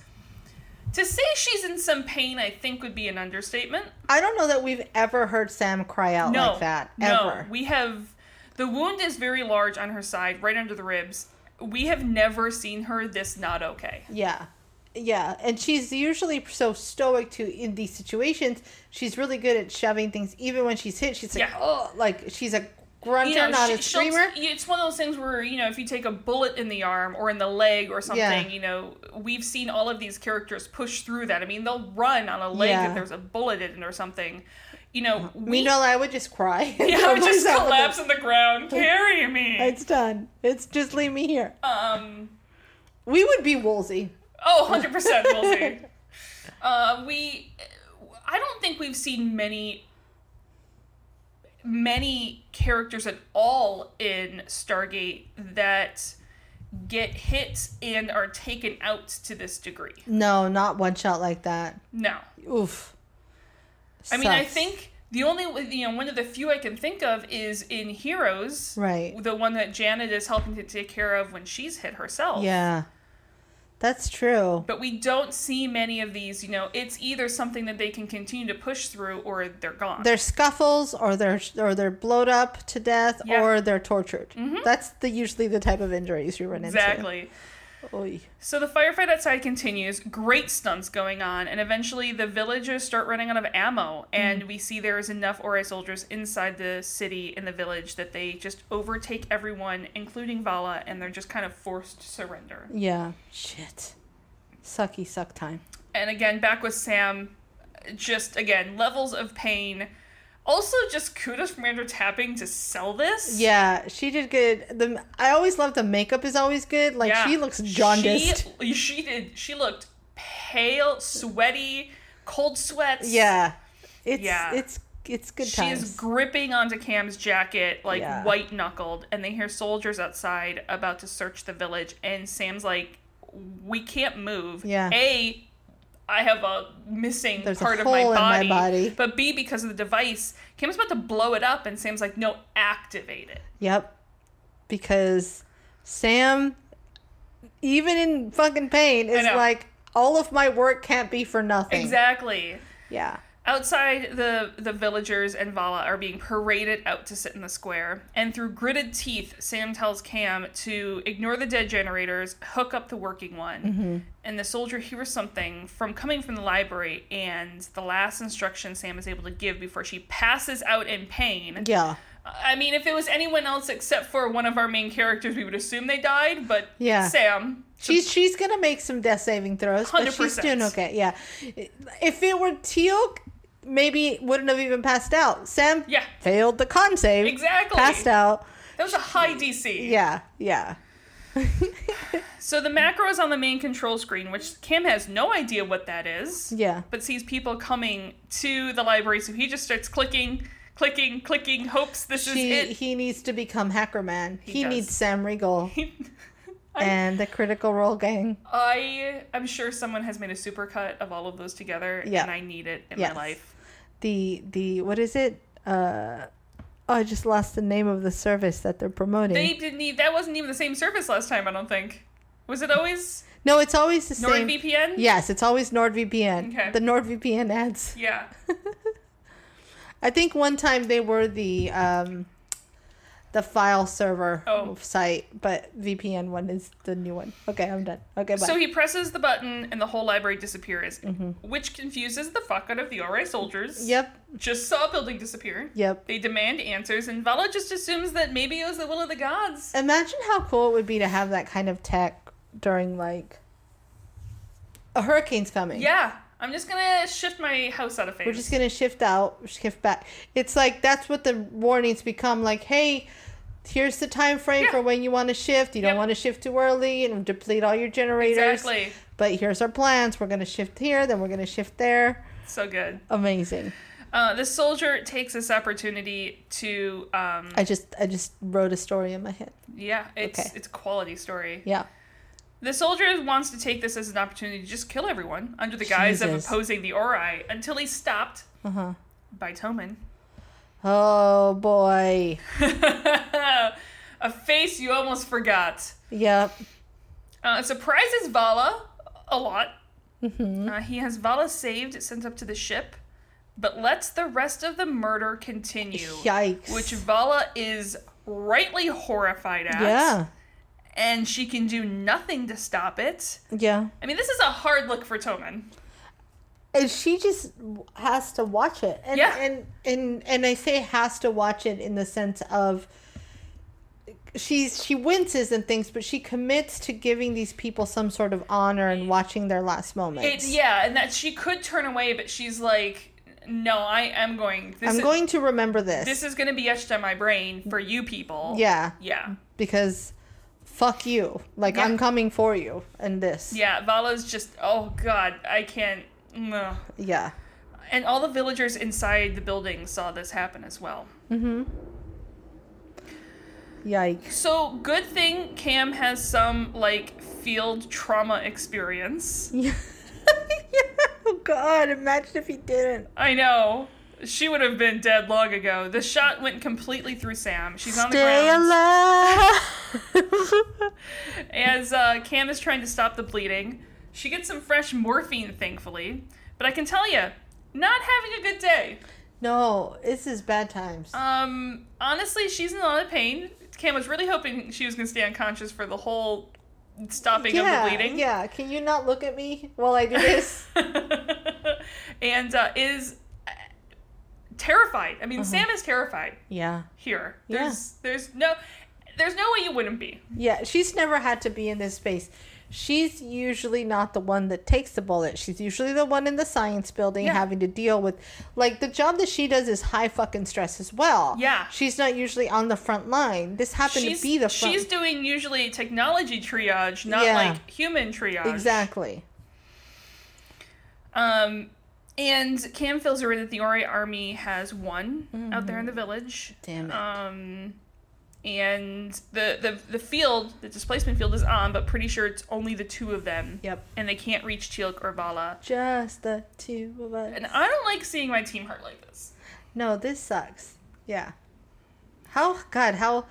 To say she's in some pain, I think, would be an understatement.
I don't know that we've ever heard Sam cry out like that ever.
No, we have the wound is very large on her side, right under the ribs. We have never seen her this not okay.
Yeah. Yeah. And she's usually so stoic too in these situations. She's really good at shoving things. Even when she's hit, she's like,
Yeah.
oh, like she's a grunter,
You know,
not
she-
a
she'll-
screamer.
It's one of those things where you know, if you take a bullet in the arm or in the leg or something,
Yeah.
you know, we've seen all of these characters push through that. I mean, they'll run on a leg
Yeah.
if there's a bullet in it or something. You know, we
Meanwhile, I would just cry.
you know, just
Somebody's out with
collapse
it.
on the ground. Carry me.
It's done. It's just leave me here.
Um.
We would be Woolsey.
Oh, 100%, we'll see. Uh, we, I don't think we've seen many, many characters at all in Stargate that get hit and are taken out to this degree.
No, not one shot like that.
No.
Oof.
I mean, I
Sucks.
think the only, you know, one of the few I can think of is in Heroes.
Right.
The one that Janet is helping to take care of when she's hit herself.
Yeah. That's true.
but we don't see many of these you know it's either something that they can continue to push through or they're gone
They're scuffles or they're or they're blowed up to death
Yeah. Mm-hmm.
or they're tortured. That's the usually the type of injuries you run
exactly
into. Exactly.
so the firefight outside continues great stunts going on and eventually the villagers start running out of ammo and
Mm.
we see there is enough ori soldiers inside the city in the village that they just overtake everyone including vala and they're just kind of forced to surrender
Yeah. Shit. Sucky suck time.
and again back with sam just again levels of pain Also, just kudos for Andrew Tapping to sell this.
Yeah, she did good. The I always love the makeup is always good. Like
Yeah.
she looks jaundiced.
She, she did. She looked pale, sweaty, cold sweats.
yeah, it's
Yeah.
it's it's good
She
times.
is gripping onto Cam's jacket, like
Yeah.
white knuckled, and they hear soldiers outside about to search the village. And Sam's like, "We can't move.
Yeah.
A, I have a missing
There's a
part of
hole
my
in my
body,
body."
But B, because of the device, Cam's about to blow it up, and Sam's like, "No, activate it."
Yep, because Sam, even in fucking pain, is
know.
like all of my work can't be for nothing.
Exactly.
Yeah.
Outside, the, the villagers and Vala are being paraded out to sit in the square. And through gritted teeth, Sam tells Cam to ignore the dead generators, hook up the working one.
Mm-hmm.
And the soldier hears something from coming from the library, and the last instruction Sam is able to give before she passes out in pain.
Yeah.
I mean, if it was anyone else except for one of our main characters, we would assume they died, but
Yeah.
Sam.
She's she's gonna make some death saving throws, but she's
100%.
doing okay. Yeah, if it were Teal'c, maybe it wouldn't have even passed out. Sam
Yeah.
failed the con save,
Exactly.
passed out.
That was a high DC.
Yeah, yeah,
So the macro is on the main control screen, which Cam has no idea what that is.
yeah.
But sees people coming to the library, so he just starts clicking, clicking, clicking, hopes this
She
is
he needs to become Hacker Man. He,
does.
needs Sam Regal
it.
and the Critical Role gang.
I I'm sure someone has made a supercut of all of those together,
Yeah.
and I need it in
Yes.
my life.
The the what is it? Uh, oh, I just lost the name of the service that they're promoting.
They didn't need that wasn't even the same service last time. I don't think. Was it always
no, it's always the same.
NordVPN?
Yes, it's always NordVPN.
Okay.
The NordVPN ads.
Yeah.
I think one time they were the um, the file server
Oh.
site, but VPN one is the new one. Okay, I'm done. Okay, bye.
So he presses the button, and the whole library disappears, which confuses the fuck out of the RA soldiers.
Mm-hmm. yep,
Just saw a building disappear.
yep.
They demand answers, and Vala just assumes that maybe it was the will of the gods.
Imagine how cool it would be to have that kind of tech during like a hurricane's coming.
Yeah, I'm just gonna shift my house out of phase.
We're just gonna shift out, shift back. It's like that's what the warnings become. Like, hey, here's the time frame
Yeah.
for when you want to shift. You don't
Yep.
want to shift too early and deplete all your generators.
exactly.
But here's our plans. We're gonna shift here, then we're gonna shift there.
So good.
Amazing.
Uh, the soldier takes this opportunity to, um,
I just I just wrote a story in my head.
yeah, it's
Okay.
it's a quality story.
Yeah.
The soldier wants to take this as an opportunity to just kill everyone under the guise of
Jesus.
opposing the Ori until he's stopped
Uh-huh.
by Toman.
Oh boy.
a face you almost forgot.
Yep.
Uh, it surprises Vala a lot.
Mm-hmm.
Uh, he has Vala saved, sent up to the ship, but lets the rest of the murder continue.
Yikes.
Which Vala is rightly horrified at.
Yeah.
And she can do nothing to stop it.
Yeah.
I mean, this is a hard look for Toman.
And she just has to watch it. And
Yeah.
and and and I say has to watch it in the sense of she's she winces and things, but she commits to giving these people some sort of honor and watching their last
It,
moments.
yeah, and that she could turn away, but she's like, no, I am going. This
I'm
is,
going to remember this.
This is going to be etched on my brain for you people.
yeah.
Yeah.
Because fuck you. Like
Yeah.
I'm coming for you and this.
Yeah, Vala's just, oh god, I can't. Ugh.
Yeah.
And all the villagers inside the building saw this happen as well.
Yikes.
So, good thing Cam has some, like, field trauma experience.
yeah. Oh God! Imagine if he didn't.
I know. She would have been dead long ago. The shot went completely through Sam. She's on the
Stay
ground.
alive.
As uh, Cam is trying to stop the bleeding, she gets some fresh morphine, thankfully. But I can tell you, not having a good day.
no, this is bad times.
Um, honestly, she's in a lot of pain. Cam was really hoping she was going to stay unconscious for the whole stopping
yeah,
of the bleeding.
yeah. Can you not look at me while I do this?
and uh, is uh, terrified. I mean, Sam is terrified
yeah.
here.
Uh-huh. Yeah.
There's there's no There's no way you wouldn't be.
Yeah, she's never had to be in this space. She's usually not the one that takes the bullet. She's usually the one in the science building
Yeah.
having to deal with like the job that she does is high fucking stress as well.
Yeah.
She's not usually on the front line. This happened
She's,
to be the front
she's doing usually technology triage, not
Yeah.
like human triage.
Exactly.
Um, and Cam feels worried that the Ori army has one out there in the village.
Mm-hmm. Damn it.
Um, and the, the the field, the displacement field, is on, but pretty sure it's only the two of them.
Yep.
And they can't reach Teal'c or Vala.
Just the two of us.
And I don't like seeing my team hurt like this.
No, this sucks. Yeah. How God, how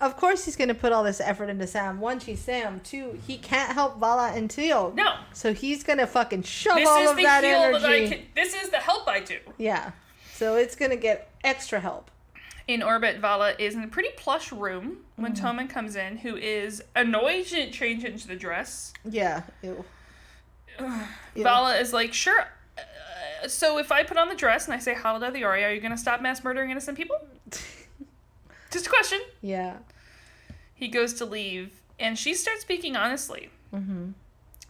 of course he's gonna put all this effort into Sam. One, she's Sam. Two, he can't help Vala and Teal.
No.
So he's gonna fucking shove
This
all
is
of
the
that
heal
energy.
that I can. This is the help I do.
Yeah. So it's gonna get extra help.
In orbit, Vala is in a pretty plush room
Mm.
when Toman comes in, who is annoyed she didn't change into the dress.
Yeah. Ew. Ew.
Vala is like, sure. Uh, so if I put on the dress and I say Halida the Ori, are you going to stop mass murdering innocent people? Just a question.
Yeah.
He goes to leave, and she starts speaking honestly.
Mm-hmm.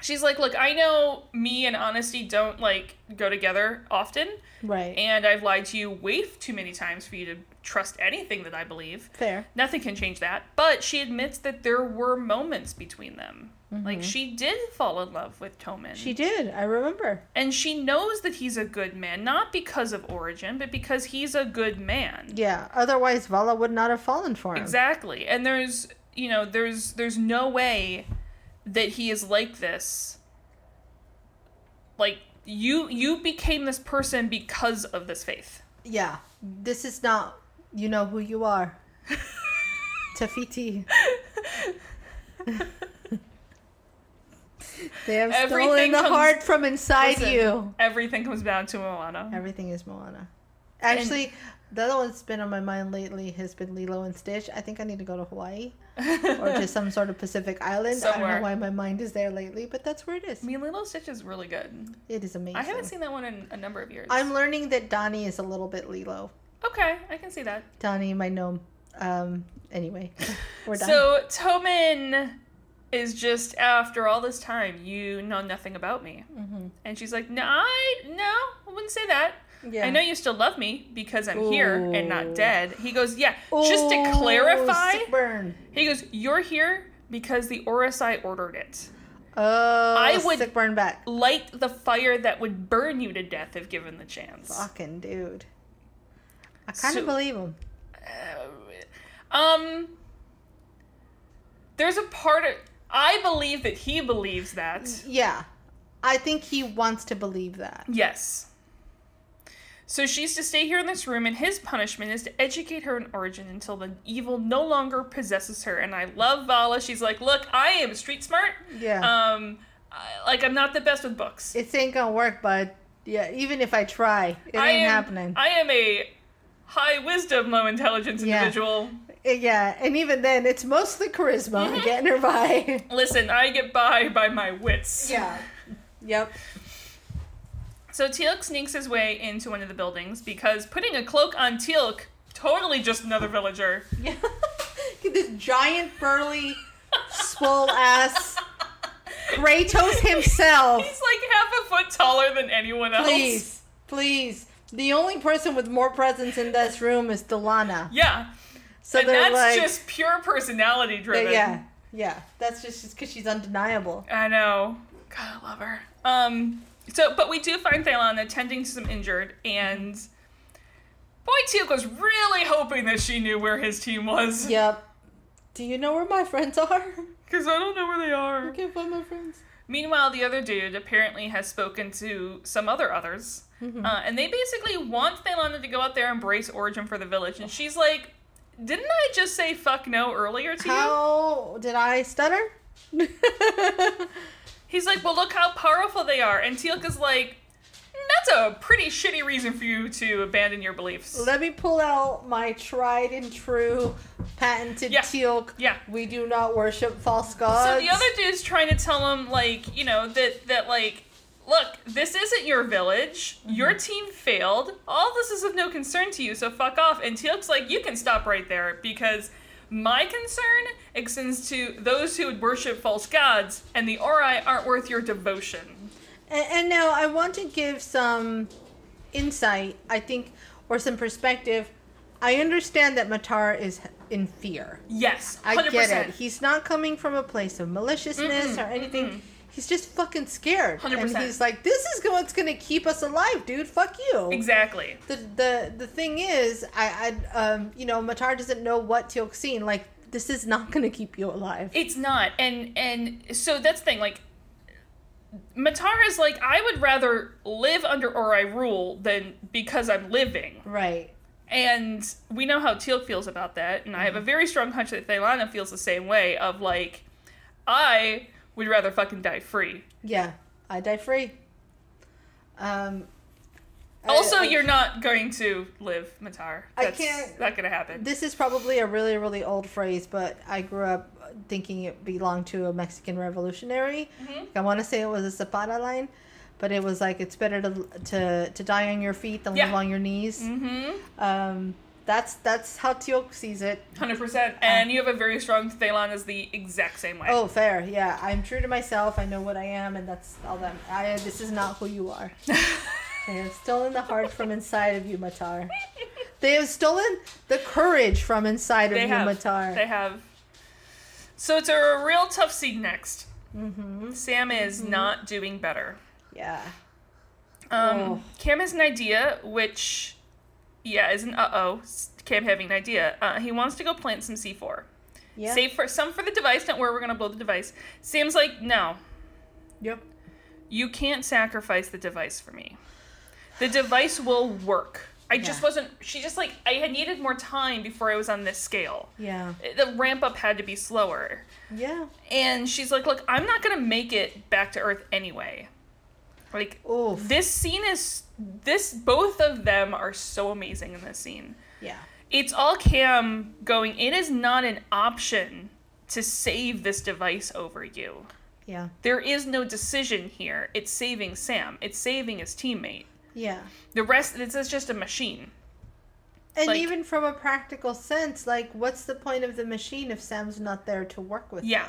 She's like, look, I know me and honesty don't like go together often,
Right.
and I've lied to you way f- too many times for you to trust anything that I believe.
Fair.
Nothing can change that. But she admits that there were moments between them. Like she did fall in love with Toman.
Mm-hmm. She did. I remember.
And she knows that he's a good man, not because of origin, but because he's a good man.
Yeah. Otherwise Vala would not have fallen for him.
Exactly. And there's, you know, there's there's no way that he is like this. Like you you became this person because of this faith.
Yeah. This is not you know who you are. Tafiti. they have stolen
Everything
the
comes-
heart from inside
Listen,
you.
Everything comes down to Moana.
Everything is Moana. Actually, the other one's been on my mind lately has been Lilo and Stitch. I think I need to go to Hawaii or just some sort of Pacific island. I
Somewhere.
don't know why my mind is there lately, but that's where it is.
I mean, Lilo Stitch is really good.
It is amazing.
I haven't seen that one in a number of years.
I'm learning that Donnie is a little bit Lilo.
okay. I can see that.
Donnie, my gnome. Um, anyway, we're done.
So Toman is just after all this time, you know nothing about me,
Mm-hmm.
and she's like, no, I no, I wouldn't say that.
yeah.
I know you still love me because I'm here and
Ooh.
not dead. He goes, yeah. Just to clarify,
sick burn.
he goes, you're here because the Orisai ordered it.
Oh,
I would-
sick burn back.
Light the fire that would burn you to death if given the chance.
Fucking dude. I kind of
So-
believe him.
Oh, Um, there's a part of I believe that he believes that.
Yeah, I think he wants to believe that.
Yes. So she's to stay here in this room, and his punishment is to educate her in origin until the evil no longer possesses her. And I love Vala. She's like, look, I am street smart.
Yeah,
Um, I, like I'm not the best with books.
it ain't gonna work, bud. Yeah, even if I try, it
I
ain't
am,
happening.
I am a high wisdom, low intelligence
Yeah.
individual.
yeah, and even then, it's mostly charisma getting her by.
Listen, I get by by my wits.
yeah. Yep.
So Teal'c sneaks his way into one of the buildings because putting a cloak on Teal'c, totally just another villager.
Yeah. Get this giant burly, swole ass. Kratos himself.
He's like half a foot taller than anyone else.
Please, please. The only person with more presence in this room is Delana.
Yeah.
So
and
they're
that's
like,
just pure personality driven.
yeah, yeah. That's just because she's undeniable.
I know. God, I love her. Um, so, but we do find Thalon attending to some injured, and Boy Teal'c was really hoping that she knew where his team was.
Yep. Do you know where my friends are?
Because I don't know where they
I
are.
can't find my friends.
Meanwhile, the other dude apparently has spoken to some other others,
Mm-hmm.
uh, and they basically want Thalon to go out there and embrace Origin for the village, and she's like, didn't I just say fuck no earlier to you?
How did I stutter?
He's like, well, look how powerful they are. And Teal'c is like, that's a pretty shitty reason for you to abandon your beliefs.
Let me pull out my tried and true patented
Yeah.
teal.
Yeah.
We do not worship false gods.
So the other dude's trying to tell him, like, you know, that, that like, look, this isn't your village.
Mm-hmm.
Your team failed. All this is of no concern to you, so fuck off. And Teal'c's like, you can stop right there because My concern extends to those who worship false gods, and the Ori aren't worth your devotion.
And, and now I want to give some insight, I think, or some perspective. I understand that Matar is in fear.
Yes, 100%.
I get it. He's not coming from a place of maliciousness or anything. He's just fucking scared. And
100%.
he's like, this is what's going to keep us alive, dude. Fuck you.
exactly.
The, the, the thing is, I, I um, you know, Matar doesn't know what Teoxine, like, this is not going to keep you alive.
It's not. And and so that's the thing, like Matar is like, I would rather live under Ori rule than because I'm living.
right.
And we know how Teal feels about that, and I
Mm-hmm.
have a very strong hunch that Thelana feels the same way of like, I would rather fucking die free.
Yeah. I die free. Um, I-
Also,
I-
you're not going to live, Matar.
I
That's
can't-
not gonna happen.
This is probably a really, really old phrase, but I grew up thinking it belonged to a Mexican revolutionary.
Mm-hmm.
I want to say it was a Zapata line, but it was like it's better to to, to die on your feet than live
Yeah.
on your knees.
Mm-hmm.
Um, that's that's how Teok sees it.
Hundred percent. And you have a very strong Thelon is the exact same way.
Oh, fair. Yeah, I'm true to myself. I know what I am, and that's all that. I, this is not who you are. They have stolen the heart from inside of you, Matar. They have stolen the courage from inside of
they
you,
have.
Matar.
They have. So it's a real tough seed next.
Mm-hmm.
Sam is not doing better.
yeah.
Um,
Oh.
Cam has an idea, which, yeah, is an uh oh. Cam having an idea. Uh, he wants to go plant some C4.
Yeah.
Save for some for the device. Don't worry, we're gonna blow the device. Sam's like, no,
Yep.
you can't sacrifice the device for me. The device will work. I just
Yeah.
wasn't. She just like I had needed more time before I was on this scale.
Yeah.
The ramp up had to be slower.
Yeah.
And she's like, "Look, I'm not gonna make it back to Earth anyway. Like
Oof.
this scene is this. Both of them are so amazing in this scene.
Yeah.
It's all Cam going. It is not an option to save this device over you.
Yeah.
There is no decision here. It's saving Sam. It's saving his teammate.
Yeah.
The rest, this is just a machine.
And
Like-
even from a practical sense, like, what's the point of the machine if Sam's not there to work with?
Yeah.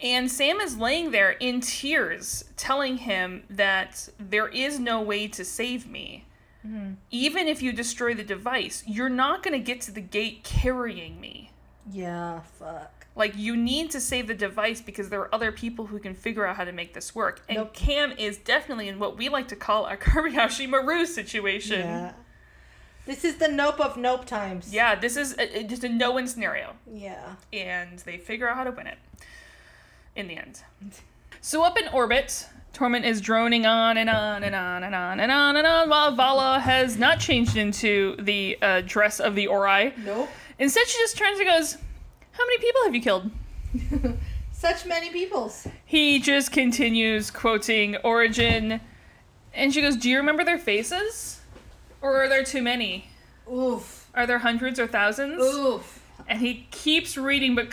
And Sam is laying there in tears, telling him that there is no way to save me.
Mm-hmm.
Even if you destroy the device, you're not going to get to the gate carrying me.
Yeah. Fuck.
Like, you need to save the device because there are other people who can figure out how to make this work. And
Nope.
Cam is definitely in what we like to call a Kariyashi Maru situation.
Yeah. This is the nope of nope times.
Yeah, this is a, a- just a no win scenario.
Yeah.
and they figure out how to win it in the end. So up in orbit, Torment is droning on and on and on and on and on and on while Vala has not changed into the uh, dress of the Ori.
Nope.
Instead, she just turns and goes, How many people have you killed?
Such many peoples.
He just continues quoting Origin, and she goes, Do you remember their faces? Or are there too many?
Oof.
Are there hundreds or thousands?
Oof.
And he keeps reading, but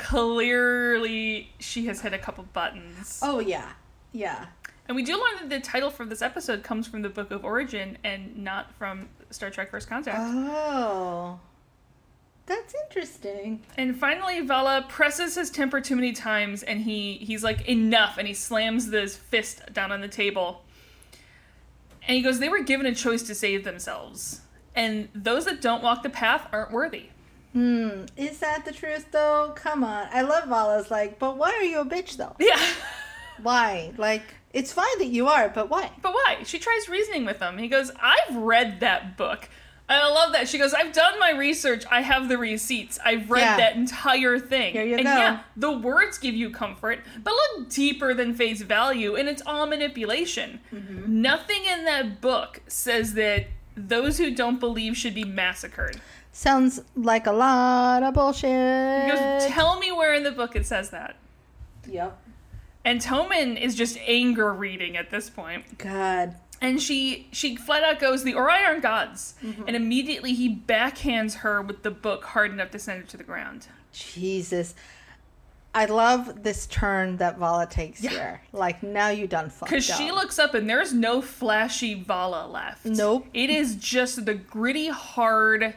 clearly she has hit a couple buttons.
Oh yeah. Yeah.
And we do learn that the title for this episode comes from the Book of Origin and not from Star Trek First Contact.
Uh. Oh. That's interesting.
and finally, Vala presses his temper too many times and he, he's like, enough. And he slams this fist down on the table. And he goes, they were given a choice to save themselves. And those that don't walk the path aren't worthy.
Hmm. Is that the truth though? Come on. I love Vala's like, but why are you a bitch though?
Yeah.
Why? Like, it's fine that you are, but why?
but why? She tries reasoning with him. He goes, I've read that book. And I love that. She goes, I've done my research. I have the receipts. I've read
Yeah.
that entire thing.
Here you
and
go.
yeah, the words give you comfort, but look deeper than face value, and it's all manipulation.
Mm-hmm.
Nothing in that book says that those who don't believe should be massacred.
Sounds like a lot of
He goes,
bullshit.
Tell me where in the book it says that.
Yep.
And Toman is just anger reading at this point.
God.
and she she flat out goes the Ori aren't gods and immediately he backhands her with the book hard enough to send her to the ground
Jesus. I love this turn that Vala takes here. Like, now you done fucked
because she
up.
looks up and there's no flashy vala left
Nope.
it is just the gritty hard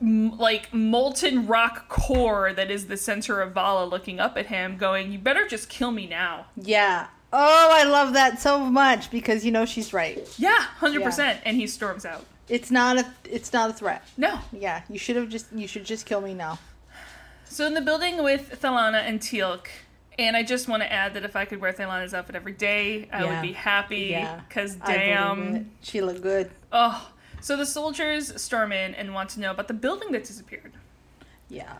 m- like molten rock core that is the center of Vala looking up at him, going, "You better just kill me now."
Yeah. Oh, I love that so much because you know she's right.
Yeah, hundred percent. And he storms out.
It's not a it's not a threat.
No.
Yeah, you should have just you should just kill me now.
So in the building with Thalana and Teal'c, and I just want to add that if I could wear Thalana's outfit every day, I
Yeah.
would be happy.
Yeah.
Cause
I believe it.
damn.
she looked good.
Oh. So the soldiers storm in and want to know about the building that disappeared.
Yeah.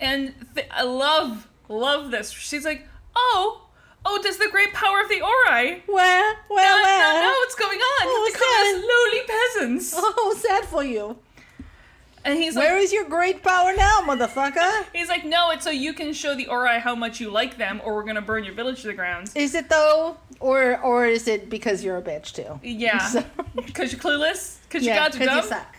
and th- I love love this. She's like, oh, oh, does the great power of the Ori?
Well, well,
I don't
well.
know what's going on.
Oh,
You become
sad.
us lowly peasants.
Oh, sad for you.
And he's
Where
like,
is your great power now, motherfucker?
he's like, no, it's so you can show the Ori how much you like them, or we're gonna burn your village to the ground.
Is it though, or or is it because you're a bitch too?
Yeah,
So-
because you're clueless, because you
yeah,
got
'cause
to
you
dumb.
suck.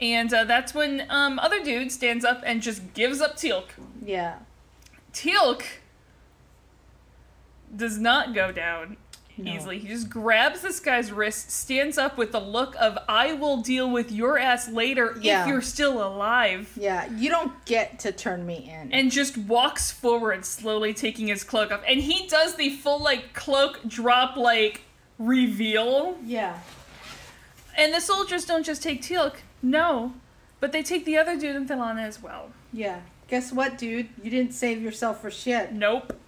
And uh, that's when um, other dude stands up and just gives up Teal'c.
Yeah.
Teal'c does not go down
No.
easily. He just grabs this guy's wrist, stands up with the look of "I will deal with your ass later
Yeah.
if you're still alive,"
Yeah. You don't get to turn me in.
and just walks forward, slowly taking his cloak off. And he does the full like cloak drop, like reveal.
yeah.
And the soldiers don't just take Teal'c, no, but they take the other dude and Thelana as well.
Yeah. Guess what, dude? You didn't save yourself for shit.
Nope.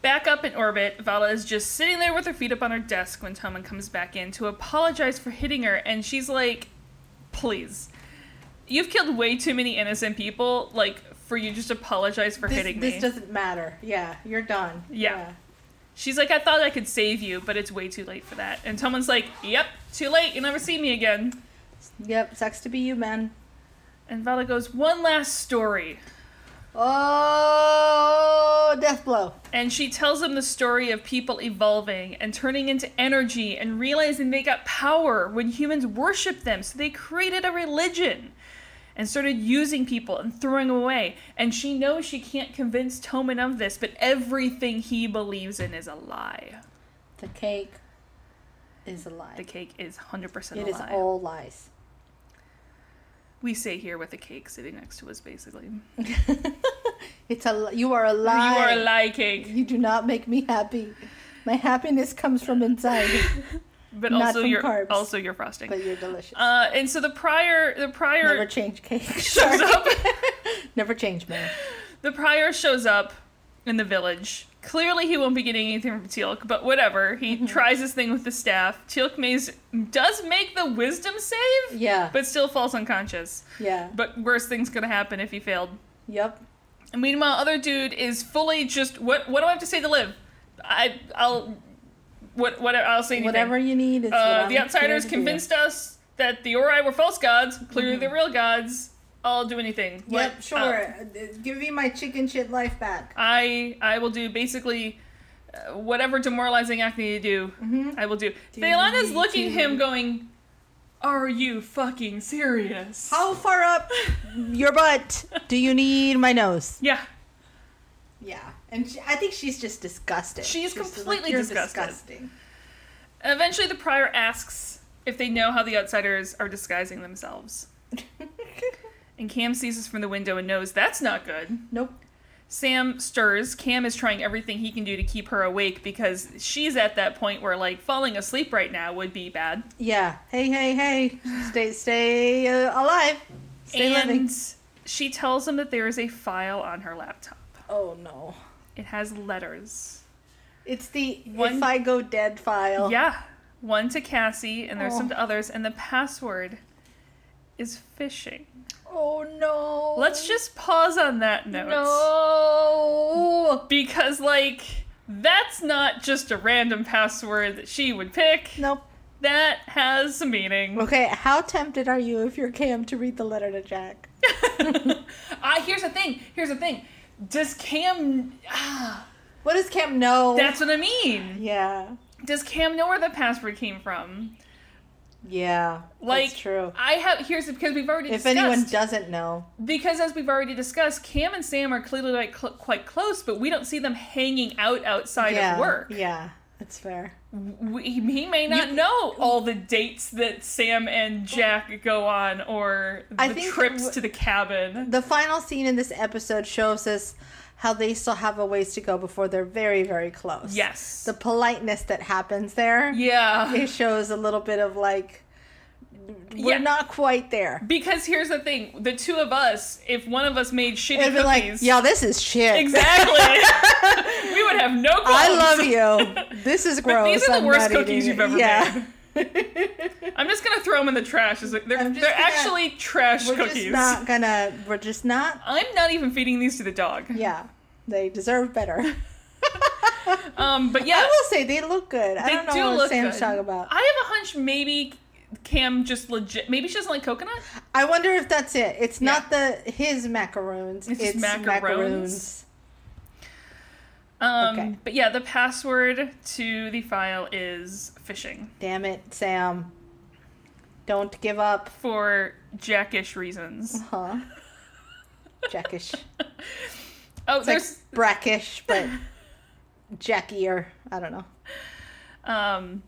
Back up in orbit, Vala is just sitting there with her feet up on her desk when Toman comes back in to apologize for hitting her, and she's like, please. You've killed way too many innocent people, like, for you just apologize for
This,
hitting
this
me.
doesn't matter. Yeah, you're done.
Yeah. She's like, I thought I could save you, but it's way too late for that. And Toman's like, yep, too late, you'll never see me again.
Yep, sucks to be you, man.
And Vala goes, one last story.
Oh, death blow.
And she tells them the story of people evolving and turning into energy and realizing they got power when humans worshiped them. So they created a religion and started using people and throwing them away. And she knows she can't convince Toman of this, but everything he believes in is a lie.
The cake is a lie.
The cake is 100%
It
a
is
lie.
all lies.
we stay here with a cake sitting next to us, basically.
It's a li- you are a lie.
You are a lie cake,
You do not make me happy. My happiness comes from inside,
but
Not
also
from
you're
carbs.
also you're frosting.
but you're delicious.
uh, and so the prior the prior
Never change cake.
shows
Sorry.
up.
Never change, man.
The prior shows up in the village. Clearly, he won't be getting anything from Teal'c, but whatever. He
Mm-hmm.
tries his thing with the staff. Teal'c maze does make the wisdom save,
Yeah.
but still falls unconscious.
yeah.
But worse things gonna happen if he failed.
Yep.
And meanwhile, other dude is fully just what? What do I have to say to live? I I'll what what I'll say anything.
Whatever you need is what
Uh,
I'm
the
here
outsiders
to do.
convinced us that the Ori were false gods. Clearly, they're real gods. I'll do anything.
Mm-hmm. Yep,
What- uh,
sure. Uh, Give me my chicken shit life back.
I I will do basically uh, whatever demoralizing act they need to do. I will do. Thelana's
Mm-hmm. do,
looking
do.
him going, "Are you fucking serious?"
How far up your butt do you need my nose?
Yeah,
Yeah, and she, I think she's just disgusted.
She is
She's just
completely
"You're
disgusted."
disgusting.
Eventually, the prior asks if they know how the outsiders are disguising themselves. And Cam sees us from the window and knows that's not good.
nope.
Sam stirs. Cam is trying everything he can do to keep her awake because she's at that point where, like, falling asleep right now would be bad.
Yeah. Hey, hey, hey. Stay, stay uh, alive. Stay
and
living.
she tells him that there is a file on her laptop.
Oh no.
It has letters.
It's the
One-
if I go dead file.
Yeah. One to Cassie, and there's some
Oh.
to others, and the password is phishing.
Oh no.
Let's just pause on that note.
No.
Because, like, that's not just a random password that she would pick.
Nope.
That has some meaning.
Okay. How tempted are you if you're Cam to read the letter to Jack?
Ah, here's the thing. Here's the thing. Does Cam. Ah,
What does Cam know?
that's what I mean.
yeah.
Does Cam know where the password came from?
Yeah.
Like,
that's true.
I have. Here's because we've already
If
discussed.
anyone doesn't know,
because as we've already discussed, Cam and Sam are clearly like cl- quite close, but we don't see them hanging out outside
yeah,
of work.
yeah, That's fair.
we, he may not know all the dates that Sam and Jack go on or the
I think
trips
w-
to the cabin.
The final scene in this episode shows us how they still have a ways to go before they're very, very close.
Yes.
The politeness that happens there.
yeah.
It shows a little bit of like, we're
Yeah.
not quite there.
Because here's the thing the two of us, if one of us made shitty
It'd be
cookies.
like, yeah, this is shit.
Exactly. we would have no qualms.
I love you. This is gross.
These are
I'm
the worst
not eating
cookies
it."
you've ever
yeah.
made. I'm just gonna throw them in the trash. It's like, they're
I'm
they're
just gonna-
actually trash
We're
cookies.
just not gonna. We're just not.
I'm not even feeding these to the dog.
Yeah, they deserve better.
Um, but
I
yeah,
will say they look good. I
They
don't know
do
what
look
Sam's
good.
talking about.
I have a hunch maybe Cam just legit. Maybe she doesn't like coconut.
I wonder if that's it. It's not the his macaroons.
It's
It's,
just macaroons.
macaroons.
Um,
Okay.
But yeah, the password to the file is phishing
Damn it, Sam. Don't give up.
for jackish reasons.
Huh? Jackish.
Oh,
It's
there's
like brackish, but jackier. I don't know.
um,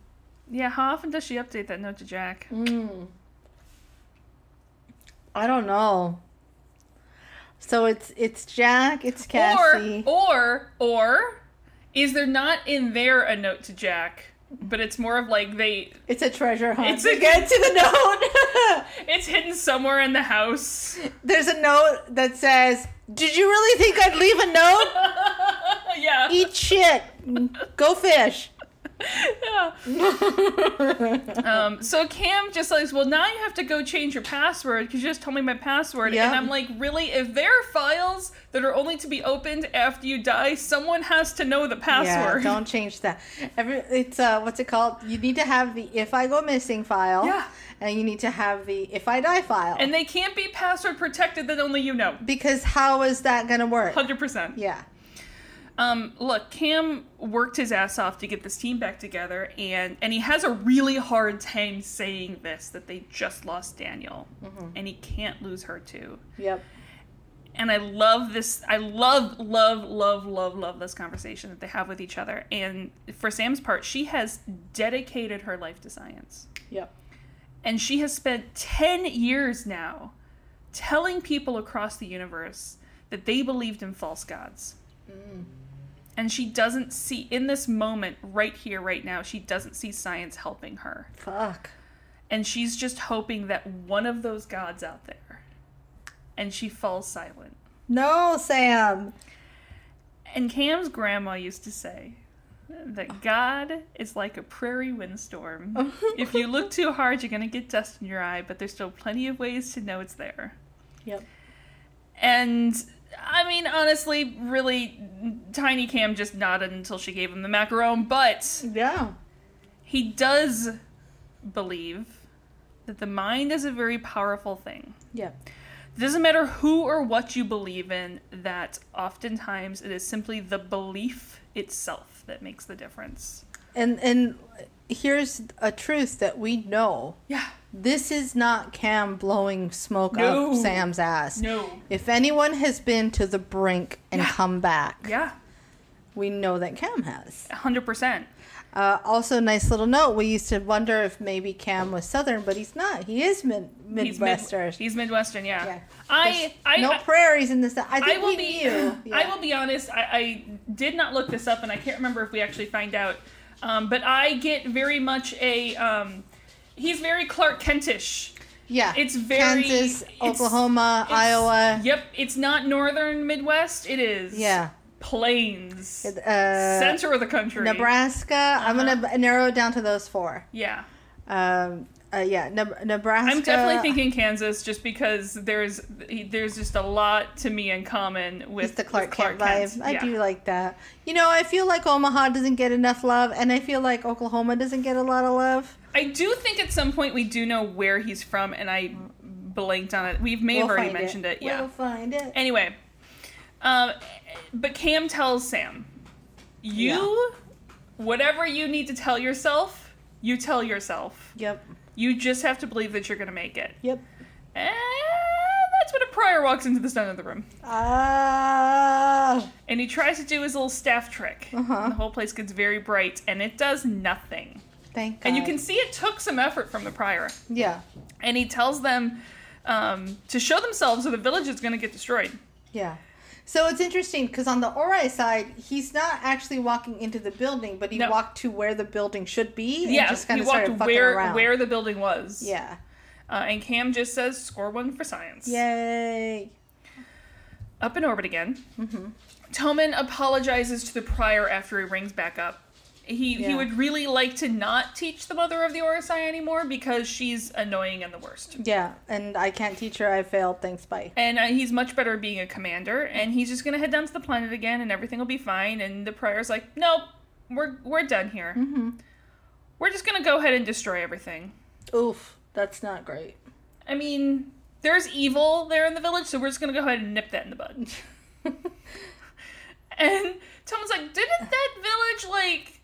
yeah. How often does she update that note to Jack?
I don't know. So it's it's Jack. It's Cassie.
Or or or is there not in there a note to Jack? But it's more of like they
it's a treasure hunt.
It's a-
To get to the note.
it's hidden somewhere in the house.
There's a note that says, "Did you really think I'd leave a note?
yeah.
Eat shit. Go fish."
Yeah. um, so Cam just like, well, now you have to go change your password because you just told me my password.
Yeah.
And I'm like, really? If there are files that are only to be opened after you die, someone has to know the
Yeah,
password.
don't change that. Every it's uh, what's it called? You need to have the if I go missing file,
Yeah.
and you need to have the if I die file.
and they can't be password protected that only you know.
because how is that gonna work?
100%.
Yeah,
Um, look, Cam worked his ass off to get this team back together, and and he has a really hard time saying this that they just lost Daniel,
Mm-hmm.
and he can't lose her too.
yep.
and I love this. I love, love, love, love, love this conversation that they have with each other. And for Sam's part, she has dedicated her life to science.
Yep.
And she has spent 10 years now telling people across the universe that they believed in false gods. And she doesn't see, in this moment, right here, right now, she doesn't see science helping her.
Fuck.
And she's just hoping that one of those gods out there. And she falls silent.
No, Sam.
And Cam's grandma used to say that God is like a prairie windstorm. if you look too hard, you're going to get dust in your eye, but there's still plenty of ways to know it's there.
Yep.
And I mean, honestly, really, Tiny Cam just nodded until she gave him the macaron, but
Yeah.
he does believe that the mind is a very powerful thing.
Yep.
It doesn't matter who or what you believe in, that oftentimes it is simply the belief itself that makes the difference.
And and here's a truth that we know.
Yeah.
This is not Cam blowing smoke
No.
up Sam's ass.
No.
If anyone has been to the brink and come back,
Yeah.
we know that Cam has.
100%.
Uh, also, nice little note. We used to wonder if maybe Cam was Southern, but he's not. He is mid
He's, Mid-
Midwestern.
he's Midwestern, yeah.
Yeah.
I, I,
no
I,
prairies in this. I
I
think
will
we
be.
knew. Yeah.
I will be honest. I, I did not look this up, and I can't remember if we actually find out. Um, but I get very much a. Um, he's very Clark Kentish.
Yeah.
It's very-
Kansas,
it's-
Oklahoma,
It's-
Iowa.
Yep. It's not northern Midwest. It is.
Yeah.
Plains.
Uh,
center of the country.
Nebraska. I'm
Uh-huh.
gonna narrow it down to those four.
Yeah.
Um, uh, yeah, Neb- Nebraska.
I'm definitely thinking Kansas just because there's there's just a lot to me in common with
It's the Clark,
with
Kent
Kent.
vibe. I
Yeah.
do like that. You know, I feel like Omaha doesn't get enough love, and I feel like Oklahoma doesn't get a lot of love.
I do think at some point we do know where he's from, and I blanked on it. We may have already
find
mentioned it. Yeah.
We'll find it.
Anyway, um, but Cam tells Sam, "You, whatever you need to tell yourself, you tell yourself.
yep.
You just have to believe that you're gonna make it."
Yep.
Eh, that's what a Pryor walks into this another room,
Ah.
and he tries to do his little staff trick.
Uh-huh.
And the whole place gets very bright, and it does nothing.
thank God.
And you can see it took some effort from the Prior.
Yeah.
And he tells them um, to show themselves, or the village is going to get destroyed.
Yeah. So it's interesting because on the Ori side, he's not actually walking into the building, but he
No.
walked to where the building should be and
Yeah,
just kind
he
of
walked
started fucking
where
around.
where the building was.
yeah.
Uh, and Cam just says, "Score one for science."
Yay.
Up in orbit again.
Mm-hmm.
Toman apologizes to the prior after he rings back up. He he
Yeah.
would really like to not teach the mother of the Orisai anymore because she's annoying and the worst.
Yeah. And I can't teach her. I failed. Thanks. Bye.
And uh, he's much better at being a commander. And he's just gonna head down to the planet again, and everything will be fine. And the prior's like, "Nope, we're we're done here. We're just gonna go ahead and destroy everything."
Oof. That's not great.
I mean, there's evil there in the village, so we're just gonna go ahead and nip that in the bud. and Tom's like, didn't that village like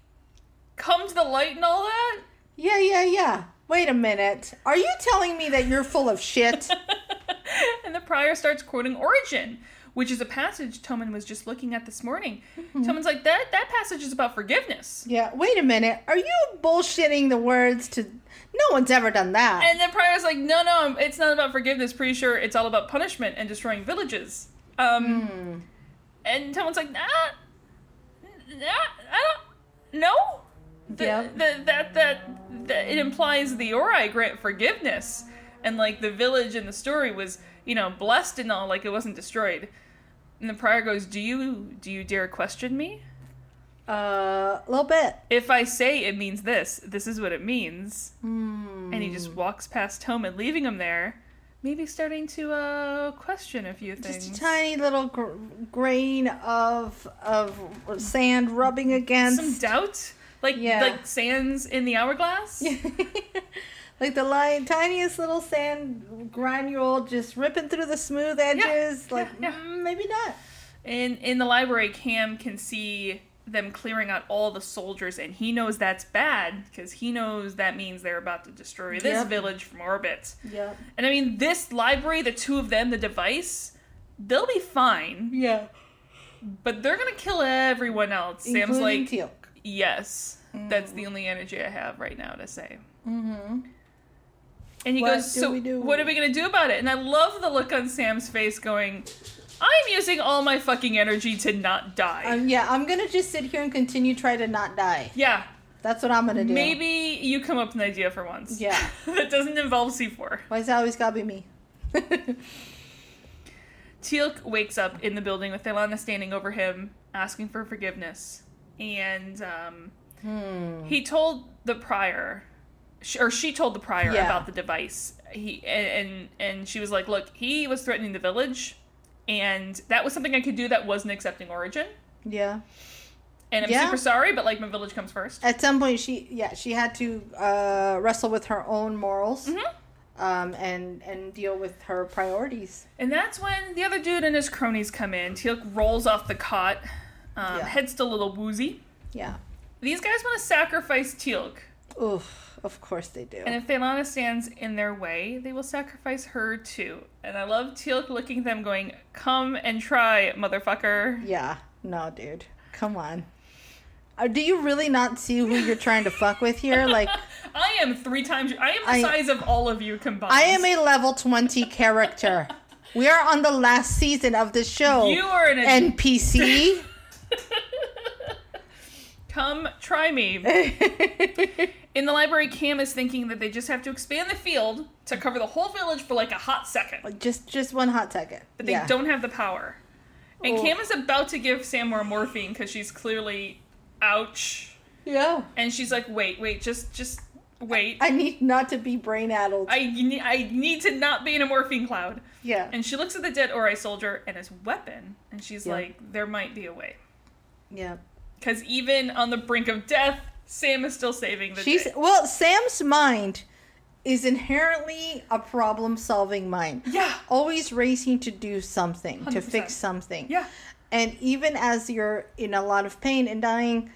come to the light and all that?
Yeah, yeah, yeah. Wait a minute. Are you telling me that you're full of shit?
and the prior starts quoting Origin, which is a passage Toman was just looking at this morning. Toman's like, that that passage is about forgiveness.
yeah, wait a minute. Are you bullshitting the words to. No one's ever done that.
And then Prior's like, no, no, it's not about forgiveness. Pretty sure it's all about punishment and destroying villages. Um, And Toman's like, nah, nah, I don't, no. The,
Yeah.
the, that, that, that, it implies the Ori grant forgiveness. And like the village in the story was, you know, blessed and all, like it wasn't destroyed. And the prior goes, "Do you do you dare question me?
uh, a little bit.
If I say it means this, this is what it means."
Hmm.
and he just walks past Toman, leaving him there. Maybe starting to uh, question a few things.
Just a tiny little gr- grain of of sand rubbing
Some
against.
doubt, like
Yeah.
like sands in the hourglass.
like the li- tiniest little sand granule just ripping through the smooth edges.
yeah,
like,
yeah.
mm, maybe not.
In in the library, Cam can see them clearing out all the soldiers, and he knows that's bad because he knows that means they're about to destroy this
Yep.
village from orbit.
Yeah.
And I mean, this library, the two of them, the device, they'll be fine,
Yeah.
but they're gonna kill everyone else. Sam's
Including
like,
teal.
Yes. That's
Mm.
the only energy I have right now to say. Mm-hmm. And he
What
goes,
do
So,
we do?"
what are we going to do about it? And I love the look on Sam's face going, I'm using all my fucking energy to not die.
Um, yeah, I'm gonna just sit here and continue try to not die.
yeah.
That's what I'm gonna do.
Maybe you come up with an idea for once.
Yeah.
that doesn't involve C4.
Why's that always gotta be me?
Teal'c wakes up in the building with Thelana standing over him, asking for forgiveness. And um,
Hmm.
he told the prior, sh- or she told the prior
Yeah.
about the device. He and, and and she was like, "Look, he was threatening the village, and that was something I could do that wasn't accepting Origin.
yeah.
And I'm
Yeah.
super sorry, but like my village comes first.
At some point, she yeah she had to uh, wrestle with her own morals,
Mm-hmm.
um, and and deal with her priorities.
And that's when the other dude and his cronies come in. Teal'c rolls off the cot, um,
Yeah.
head's still a little woozy.
Yeah.
These guys want to sacrifice Teal'c."
Oof. Of course they do.
And if Thelana stands in their way, they will sacrifice her too. And I love Teal'c looking at them going, Come and try, motherfucker.
yeah. No, dude. Come on. Uh, do you really not see who you're trying to fuck with here? Like,
I am three times I am the
I-
size of all of you combined.
I am a level twenty character. We are on the last season of the show.
You are an
NPC.
Come try me. in the library, Cam is thinking that they just have to expand the field to cover the whole village for like a hot second.
just just one hot second.
But they don't have the power. And
Oh.
Cam is about to give Sam more morphine because she's clearly ouch.
Yeah.
And she's like, wait, wait, just just wait.
I need not to be brain addled.
I ne- I need to not be in a morphine cloud.
yeah.
And she looks at the dead Ori soldier and his weapon, and she's
Yeah.
like, there might be a way.
yeah.
Because even on the brink of death, Sam is still saving the
She's
day.
well, Sam's mind is inherently a problem solving mind.
Yeah.
Always racing to do something, to
100%.
fix something.
Yeah.
And even as you're in a lot of pain and dying,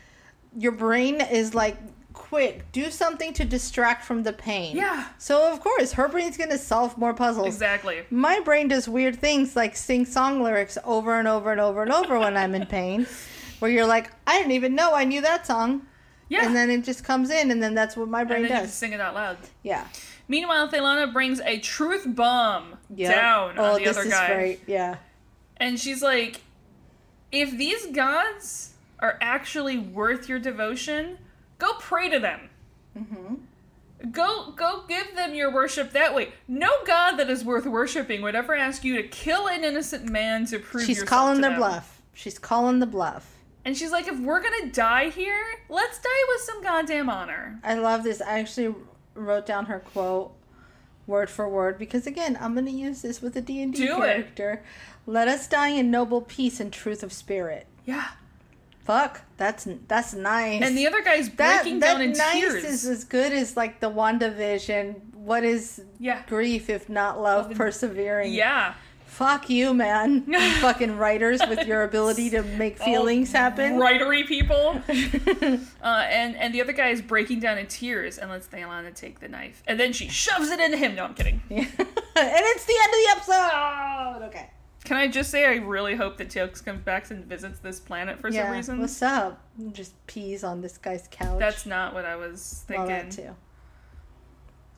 your brain is like quick, do something to distract from the pain.
Yeah.
So of course, her brain's gonna solve more puzzles.
Exactly.
My brain does weird things like sing song lyrics over and over and over and over when I'm in pain, where you're like, I didn't even know I knew that song,
Yeah.
and then it just comes in, and then that's what my
And
brain
then you
does.
just sing it out loud.
Yeah.
Meanwhile, Thelana brings a truth bomb
Yep.
down
oh,
on the
this
other
is
guy.
great. Yeah.
And she's like, if these gods are actually worth your devotion, go pray to them.
Mm-hmm.
Go go give them your worship that way. No god that is worth worshiping would ever ask you to kill an innocent man to prove
She's
yourself
calling
to
their
them.
bluff. She's calling the bluff.
And she's like, if we're gonna die here, let's die with some goddamn honor.
I love this. I actually wrote down her quote word for word because again, I'm going to use this with a D&D
Do it.
character. Let us die in noble peace and truth of spirit.
Yeah.
Fuck, that's that's nice.
And the other guy's
that,
breaking
that
down in
nice
tears.
is as good as like the WandaVision. What is
yeah.
grief if not love persevering?
Yeah.
Fuck you, man. You fucking writers with your ability to make
Oh,
feelings happen.
Writery people. Uh, and and the other guy is breaking down in tears and lets Thelana take the knife. And then she shoves it into him. No, I'm kidding.
Yeah. and it's the end of the episode. Okay.
Can I just say I really hope that Teox comes back and visits this planet for some reason?
What's up? Just pees on this guy's couch.
That's not what I was
all
thinking.
that too.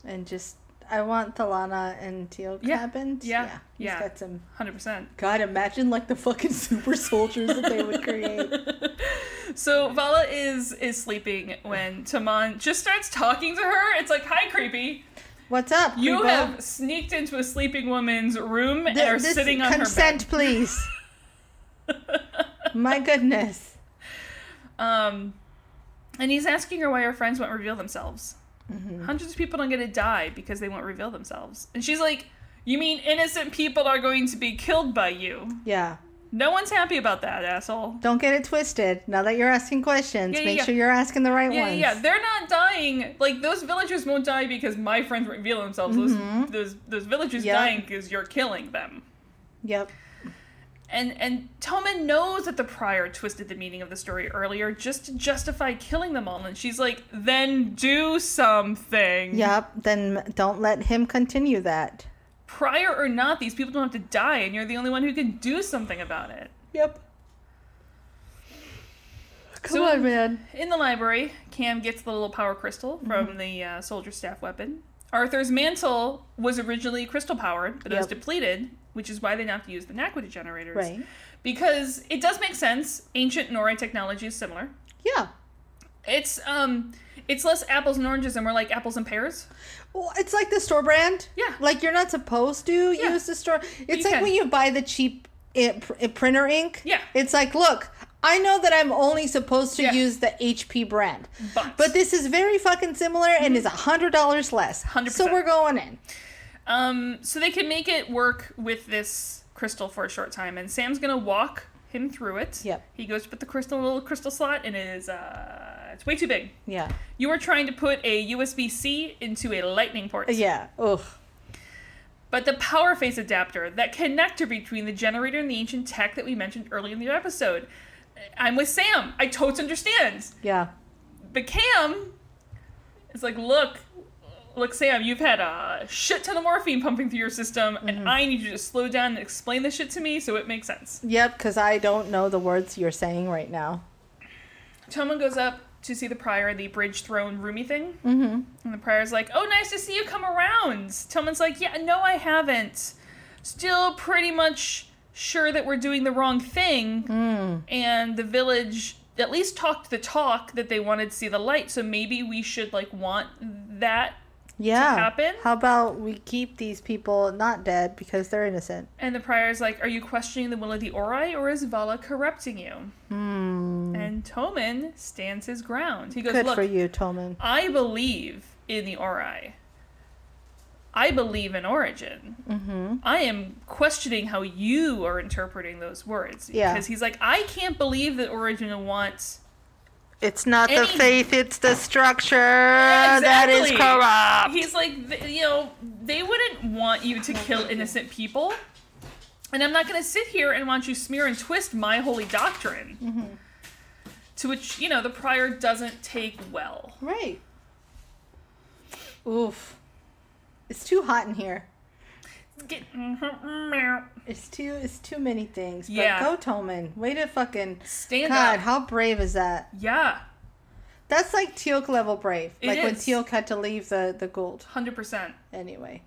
And just I want Thalana and Teal
Yeah,
cabins.
yeah,
He's
yeah.
got some
100%.
God, imagine like the fucking super soldiers that they would create.
So Vala is is sleeping when Taman just starts talking to her. It's like, "Hi, creepy.
What's up?
You
creepo?
have sneaked into a sleeping woman's room and
Th-
are
this-
sitting on
consent, please. My goodness.
her bed." Um, and he's asking her why her friends won't reveal themselves. Hundreds of people don't get to die because they won't reveal themselves. And she's like, "You mean innocent people are going to be killed by you?
Yeah.
No one's happy about that, asshole."
Don't get it twisted. Now that you're asking questions,
Yeah, yeah,
make
yeah.
sure you're asking the right
Yeah,
ones.
yeah, yeah, they're not dying. Like those villagers won't die because my friends reveal themselves. Those those those villagers
Yeah.
dying because you're killing them.
Yep.
And and Toman knows that the prior twisted the meaning of the story earlier just to justify killing them all. And she's like, then do something.
Yep. Then don't let him continue that.
Prior or not, these people don't have to die, and you're the only one who can do something about it.
Yep. Come
So-
on, man.
In the library, Cam gets the little power crystal
Mm-hmm.
from the uh, soldier staff weapon. Arthur's mantle was originally crystal powered, but it was
Yep.
depleted, which is why they now have to use the Naquita generators.
Right.
Because it does make sense. Ancient Nora technology is similar.
Yeah.
It's um, it's less apples and oranges, and more like apples and pears.
Well, it's like the store brand.
Yeah.
Like you're not supposed to use the store. It's like
can.
when you buy the cheap it, it printer ink.
Yeah.
It's like, look, I know that I'm only supposed to
Yeah.
use the HP brand,
But, Mm-hmm.
but this is very fucking similar and is a hundred dollars less.
100%.
So we're going in.
um, so they can make it work with this crystal for a short time, and Sam's gonna walk him through it.
Yep.
He goes to put the crystal in a little crystal slot, and it is uh, it's way too big.
Yeah.
You were trying to put a USB C into a lightning port.
Yeah. Ugh.
But the power phase adapter, that connector between the generator and the ancient tech that we mentioned earlier in the episode. I'm with Sam. I totes understand.
Yeah.
But Cam is like, look, look, Sam, you've had a shit ton of morphine pumping through your system, and I need you to slow down and explain this shit to me so it makes sense.
Yep. Because I don't know the words you're saying right now.
Toman goes up to see the prior, the bridge throne roomy thing. Mm-hmm. And the prior's like, oh, nice to see you come around. Toman's like, yeah, no, I haven't. Still pretty much sure that we're doing the wrong thing. And the village at least talked the talk that they wanted to see the light. So maybe we should, like, want that.
Yeah.
happen?
How about we keep these people not dead because they're innocent?
And the prior's like, are you questioning the will of the Ori, or is Vala corrupting you? And Toman stands his ground. He goes,
Hmm. Good
look,
for you, Tolman.
I believe in the Ori. I believe in origin.
Mm-hmm.
I am questioning how you are interpreting those words.
Yeah.
Because he's like, I can't believe that origin wants.
It's not
Any-
the faith, it's the structure that is
Exactly.
corrupt.
He's like, th- you know, they wouldn't want you to kill innocent people. And I'm not going to sit here and want you smear and twist my holy doctrine. to which, you know, the prior doesn't take well.
Right. Oof. It's too hot in here.
Get-
It's too it's too many things. But
Yeah.
go Tolman. Way to fucking
Stand
God,
up.
how brave is that?
Yeah,
That's like Teal'c level brave.
It
like when
is.
Teal'c had to leave the the gold.
100%.
Anyway.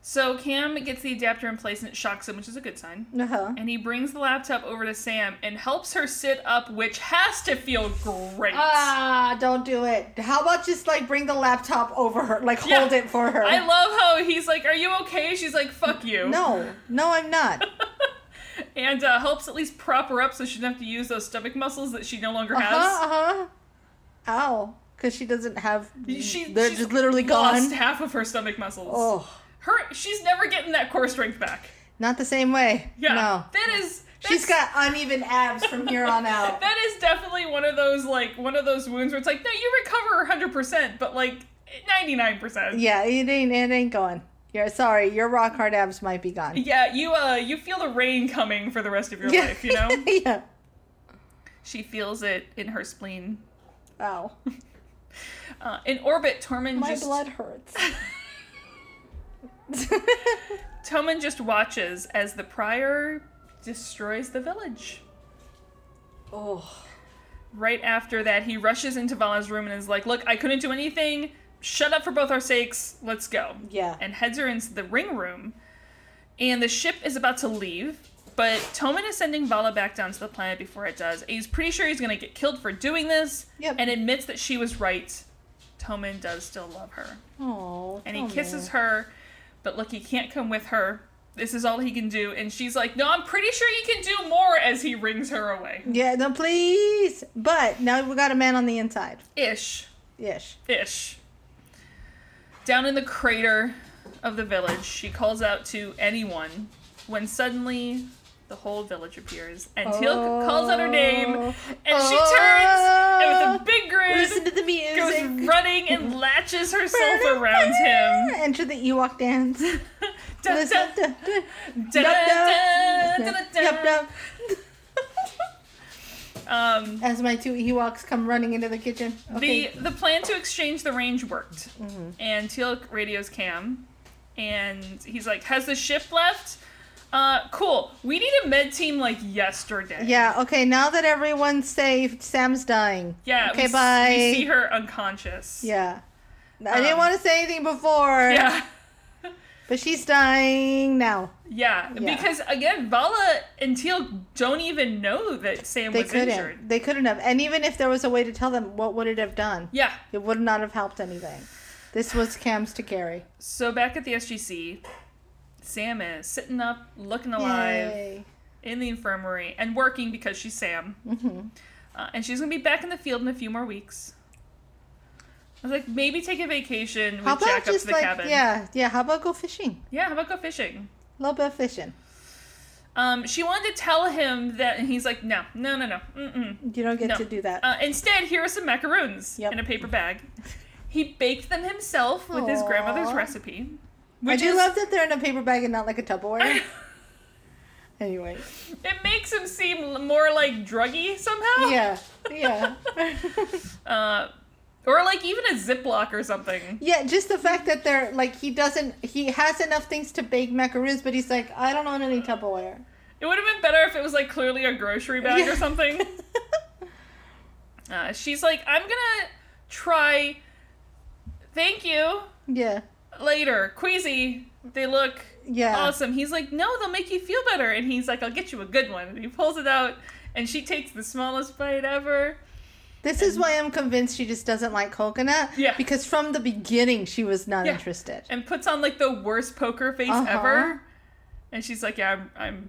So Cam gets the adapter in place and it shocks him, which is a good sign.
Uh-huh.
And he brings the laptop over to Sam and helps her sit up, which has to feel great.
Ah, don't do it. How about just like bring the laptop over her, like
Yeah.
hold it for her.
I love how he's like, Are you okay? She's like, Fuck you.
no, no, I'm not.
And uh, helps at least prop her up so she doesn't have to use those stomach muscles that she no longer
Uh
has.
huh. Uh-huh. Ow, because she doesn't have.
She,
they're
she's
just literally
lost
gone.
half of her stomach muscles.
oh,
Her, she's never getting that core strength back.
not the same way.
Yeah.
No,
That is.
she's
that's-
got uneven abs from here on out.
That is definitely one of those like one of those wounds where it's like, no, you recover hundred percent, but like ninety nine percent.
yeah, it ain't. It ain't going. You're sorry. Your rock hard abs might be gone.
Yeah, you uh you feel the rain coming for the rest of your life, you know?
yeah.
she feels it in her spleen.
Ow,
Uh, in orbit, Tormund
my
just
blood hurts.
Tormund just watches as the prior destroys the village.
oh,
Right after that, he rushes into Vala's room and is like, "Look, I couldn't do anything. Shut up for both our sakes. Let's go."
yeah.
and heads her into the ring room. And the ship is about to leave, but Toman is sending Vala back down to the planet before it does. He's pretty sure he's going to get killed for doing this
Yep.
and admits that she was right. Toman does still love her.
Oh,
And he kisses her, but look, he can't come with her. This is all he can do. And she's like, No, I'm pretty sure you can do more as he rings her away.
Yeah, no, please. But now we got a man on the inside.
Ish.
Ish.
ish. Down in the crater of the village, she calls out to anyone when suddenly the whole village appears. And Teal
Oh.
calls out her name, and she
Oh.
turns and with a big
Listen to
grin
the music.
goes running and latches herself around him.
Enter the Ewok dance.
Dun,
Listen
dun,
to-
dun, dun,
Yup,
dun, dun,
yup,
dun.
yup.
Um,
As my two Ewoks come running into the kitchen.
the
Okay. Mm-hmm.
the plan to exchange the range worked, and Teal radios Cam, and he's like, "Has the ship left? Uh, cool. We need a med team like yesterday.
yeah, okay, now that everyone's safe, Sam's dying.
yeah. we
Okay,
s-
bye.
We see her unconscious.
Yeah. I
Um,
didn't want to say anything before,
yeah,
but she's dying now.
yeah.
Yeah.
Because again, Vala and Teal don't even know that Sam
They
was
couldn't.
injured.
They couldn't have. And even if there was a way to tell them, what would it have done?
Yeah.
It would not have helped anything. This was Cam's to carry.
So back at the SGC, Sam is sitting up, looking alive.
Yay.
in the infirmary and working because she's Sam.
Mm-hmm.
Uh, and she's going to be back in the field in a few more weeks. I was like, maybe take a vacation with
How about
Jack up to
just
the
like
cabin.
yeah, yeah? How about go fishing?
Yeah, how about go fishing?
A little bit of fishing.
Um, she wanted to tell him that, and he's like, no, no, no, no, mm-mm.
You don't get
No.
to do that.
Uh, instead, here are some macaroons
Yep.
in a paper bag. He baked them himself with his grandmother's
Aw.
recipe.
I
Which
do
is,
love that they're in a paper bag and not like a Tupperware. anyway,
it makes him seem more like druggy somehow.
yeah, yeah,
Uh, or like even a Ziploc or something.
yeah. Just the fact that they're like he doesn't, he has enough things to bake macaroons, but he's like, I don't own any Tupperware.
It would have been better if it was like clearly a grocery bag
Yeah.
or something. Uh, she's like, I'm gonna try. Thank you
yeah,
later, Queasy. They look
yeah.
awesome. He's like, no, they'll make you feel better. And he's like, I'll get you a good one. And he pulls it out, and she takes the smallest bite ever.
This is why I'm convinced she just doesn't like coconut.
Yeah.
because from the beginning she was not
Yeah.
interested.
and puts on like the worst poker face
Uh-huh.
ever. And she's like, "Yeah, I'm." I'm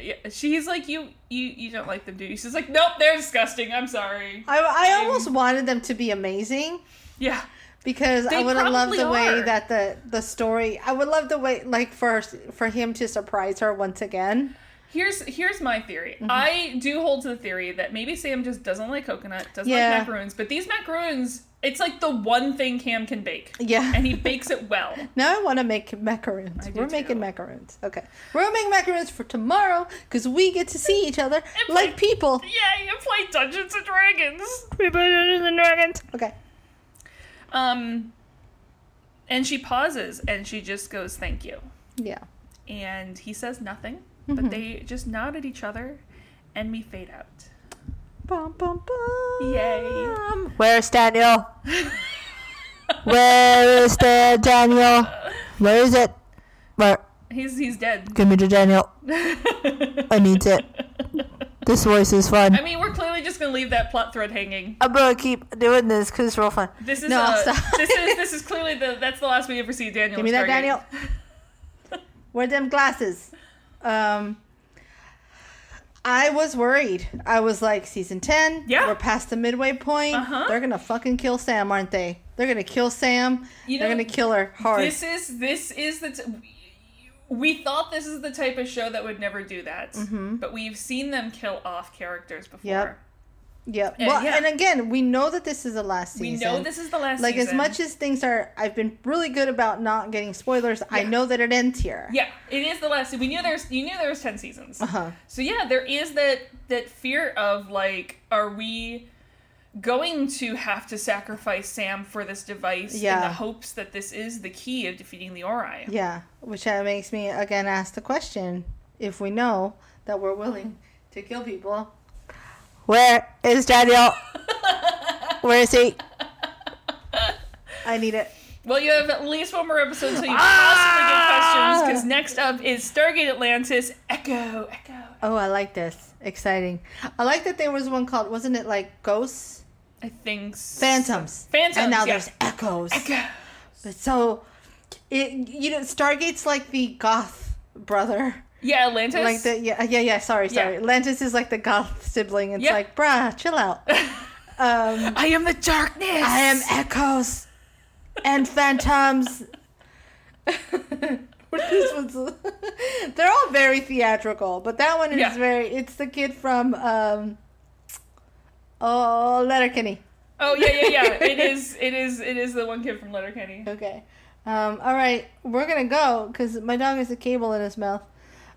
yeah. She's like, "You, you, you don't like them, do you?" She's like, "Nope, they're disgusting. I'm sorry."
I, I almost wanted them to be amazing.
Yeah,
because
They
I would have loved
probably
the way
are.
that the the story. I would love the way like for for him to surprise her once again.
Here's here's my theory.
Mm-hmm.
I do hold to the theory that maybe Sam just doesn't like coconut, doesn't
Yeah.
like macaroons, but these macaroons, it's like the one thing Cam can bake.
Yeah.
And he bakes it well.
Now I want to make macaroons.
I do
We're making
too.
macaroons. Okay. We're making macaroons for tomorrow because we get to see each other
It's
like
like-
people.
Yeah, you play Dungeons and Dragons.
Okay.
Um and she pauses and she just goes, Thank you.
Yeah.
And he says nothing,
Mm-hmm.
but they just nod at each other and we fade out.
Bum, bum, bum.
Yay.
Ah. Where's Daniel? Where is the Daniel? Where is it? Where?
He's he's dead.
Give me the Daniel. I need it. This voice is
I
fun.
mean, we're clearly just gonna leave that plot thread hanging.
I'm gonna keep doing this because it's real fun.
This is
No,
uh,
I'll stop.
this is this is clearly the that's the last we ever see Daniel.
Give me
in
that,
Stargate.
Daniel. Wear them glasses. Um, I was worried. I was like, season 10,
Yeah.
we're past the midway point.
Uh-huh.
They're going to fucking kill Sam, aren't they? They're going to kill Sam.
You
They're
know,
going to kill her hard.
This is this is the. T- we thought this is the type of show that would never do that, but we've seen them kill off characters before.
Mm-hmm. Yep. yep.
Yeah,
well,
yeah.
and again, we know that this is the last
We
season.
know this is the last.
like as
season.
much as things are i've been really good about not getting spoilers i
Yeah.
know that it ends here
Yeah, it is the last. We knew there's. You knew there was ten seasons.
uh-huh.
So yeah, there is that that fear of like, are we going to have to sacrifice Sam for this device in
Yeah.
the hopes that this is the key of defeating the Ori?
yeah which uh, makes me again ask the question if we know that we're willing to kill people
Where is Daniel? Where is he?
i need it
Well, you have at least one more episode until you
Ah!
possibly get questions because next up is Stargate Atlantis Echo Echo.
oh i like this exciting i like that there was one called wasn't it like ghosts
I think s-
phantoms
Phantoms,
and now
yeah.
there's echoes
Echo.
But so it you know stargate's like the goth brother
Yeah, Atlantis.
like the yeah yeah yeah sorry sorry
Yeah.
Atlantis is like the goth sibling it's
Yeah.
like bruh chill out um
I am the darkness.
I am echoes and phantoms. this one's, they're all very theatrical, but that one is
Yeah.
very. It's the kid from um, oh Letterkenny.
Oh yeah, yeah, yeah. It is. It is. It is the one kid from Letterkenny.
Okay, um, all right, we're gonna go because my dog has a cable in his mouth.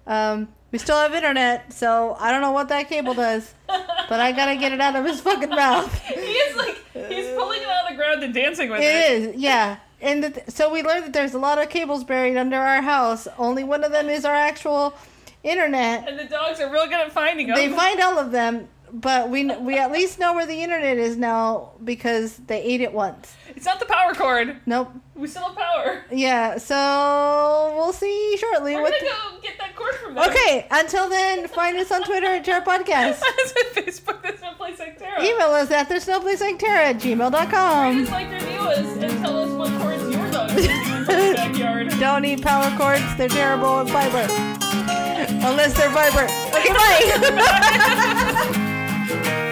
Um, we still have internet, so I don't know what that cable does, but I gotta get it out of his fucking mouth.
He is like he's pulling it out of the ground and dancing with it.
It is, yeah. And the, so we learned that there's a lot of cables buried under our house. Only one of them is our actual internet.
And the dogs are real good at finding them.
They find all of them, but we we at least know where the internet is now because they ate it once.
it's not the power cord.
Nope.
We still have power.
Yeah. So we'll see shortly.
We're
what
gonna go get that cord from
the-
them.
okay. Until then, find us on Twitter at Jar Podcast.
That's on Facebook. That's no place like Tara.
Email us at there's no place like Tara at gmail.com.
Just like review us and tell us what chords your dog is using in the backyard.
Don't eat power cords. They're terrible and fiber. Unless they're fiber. Okay, bye.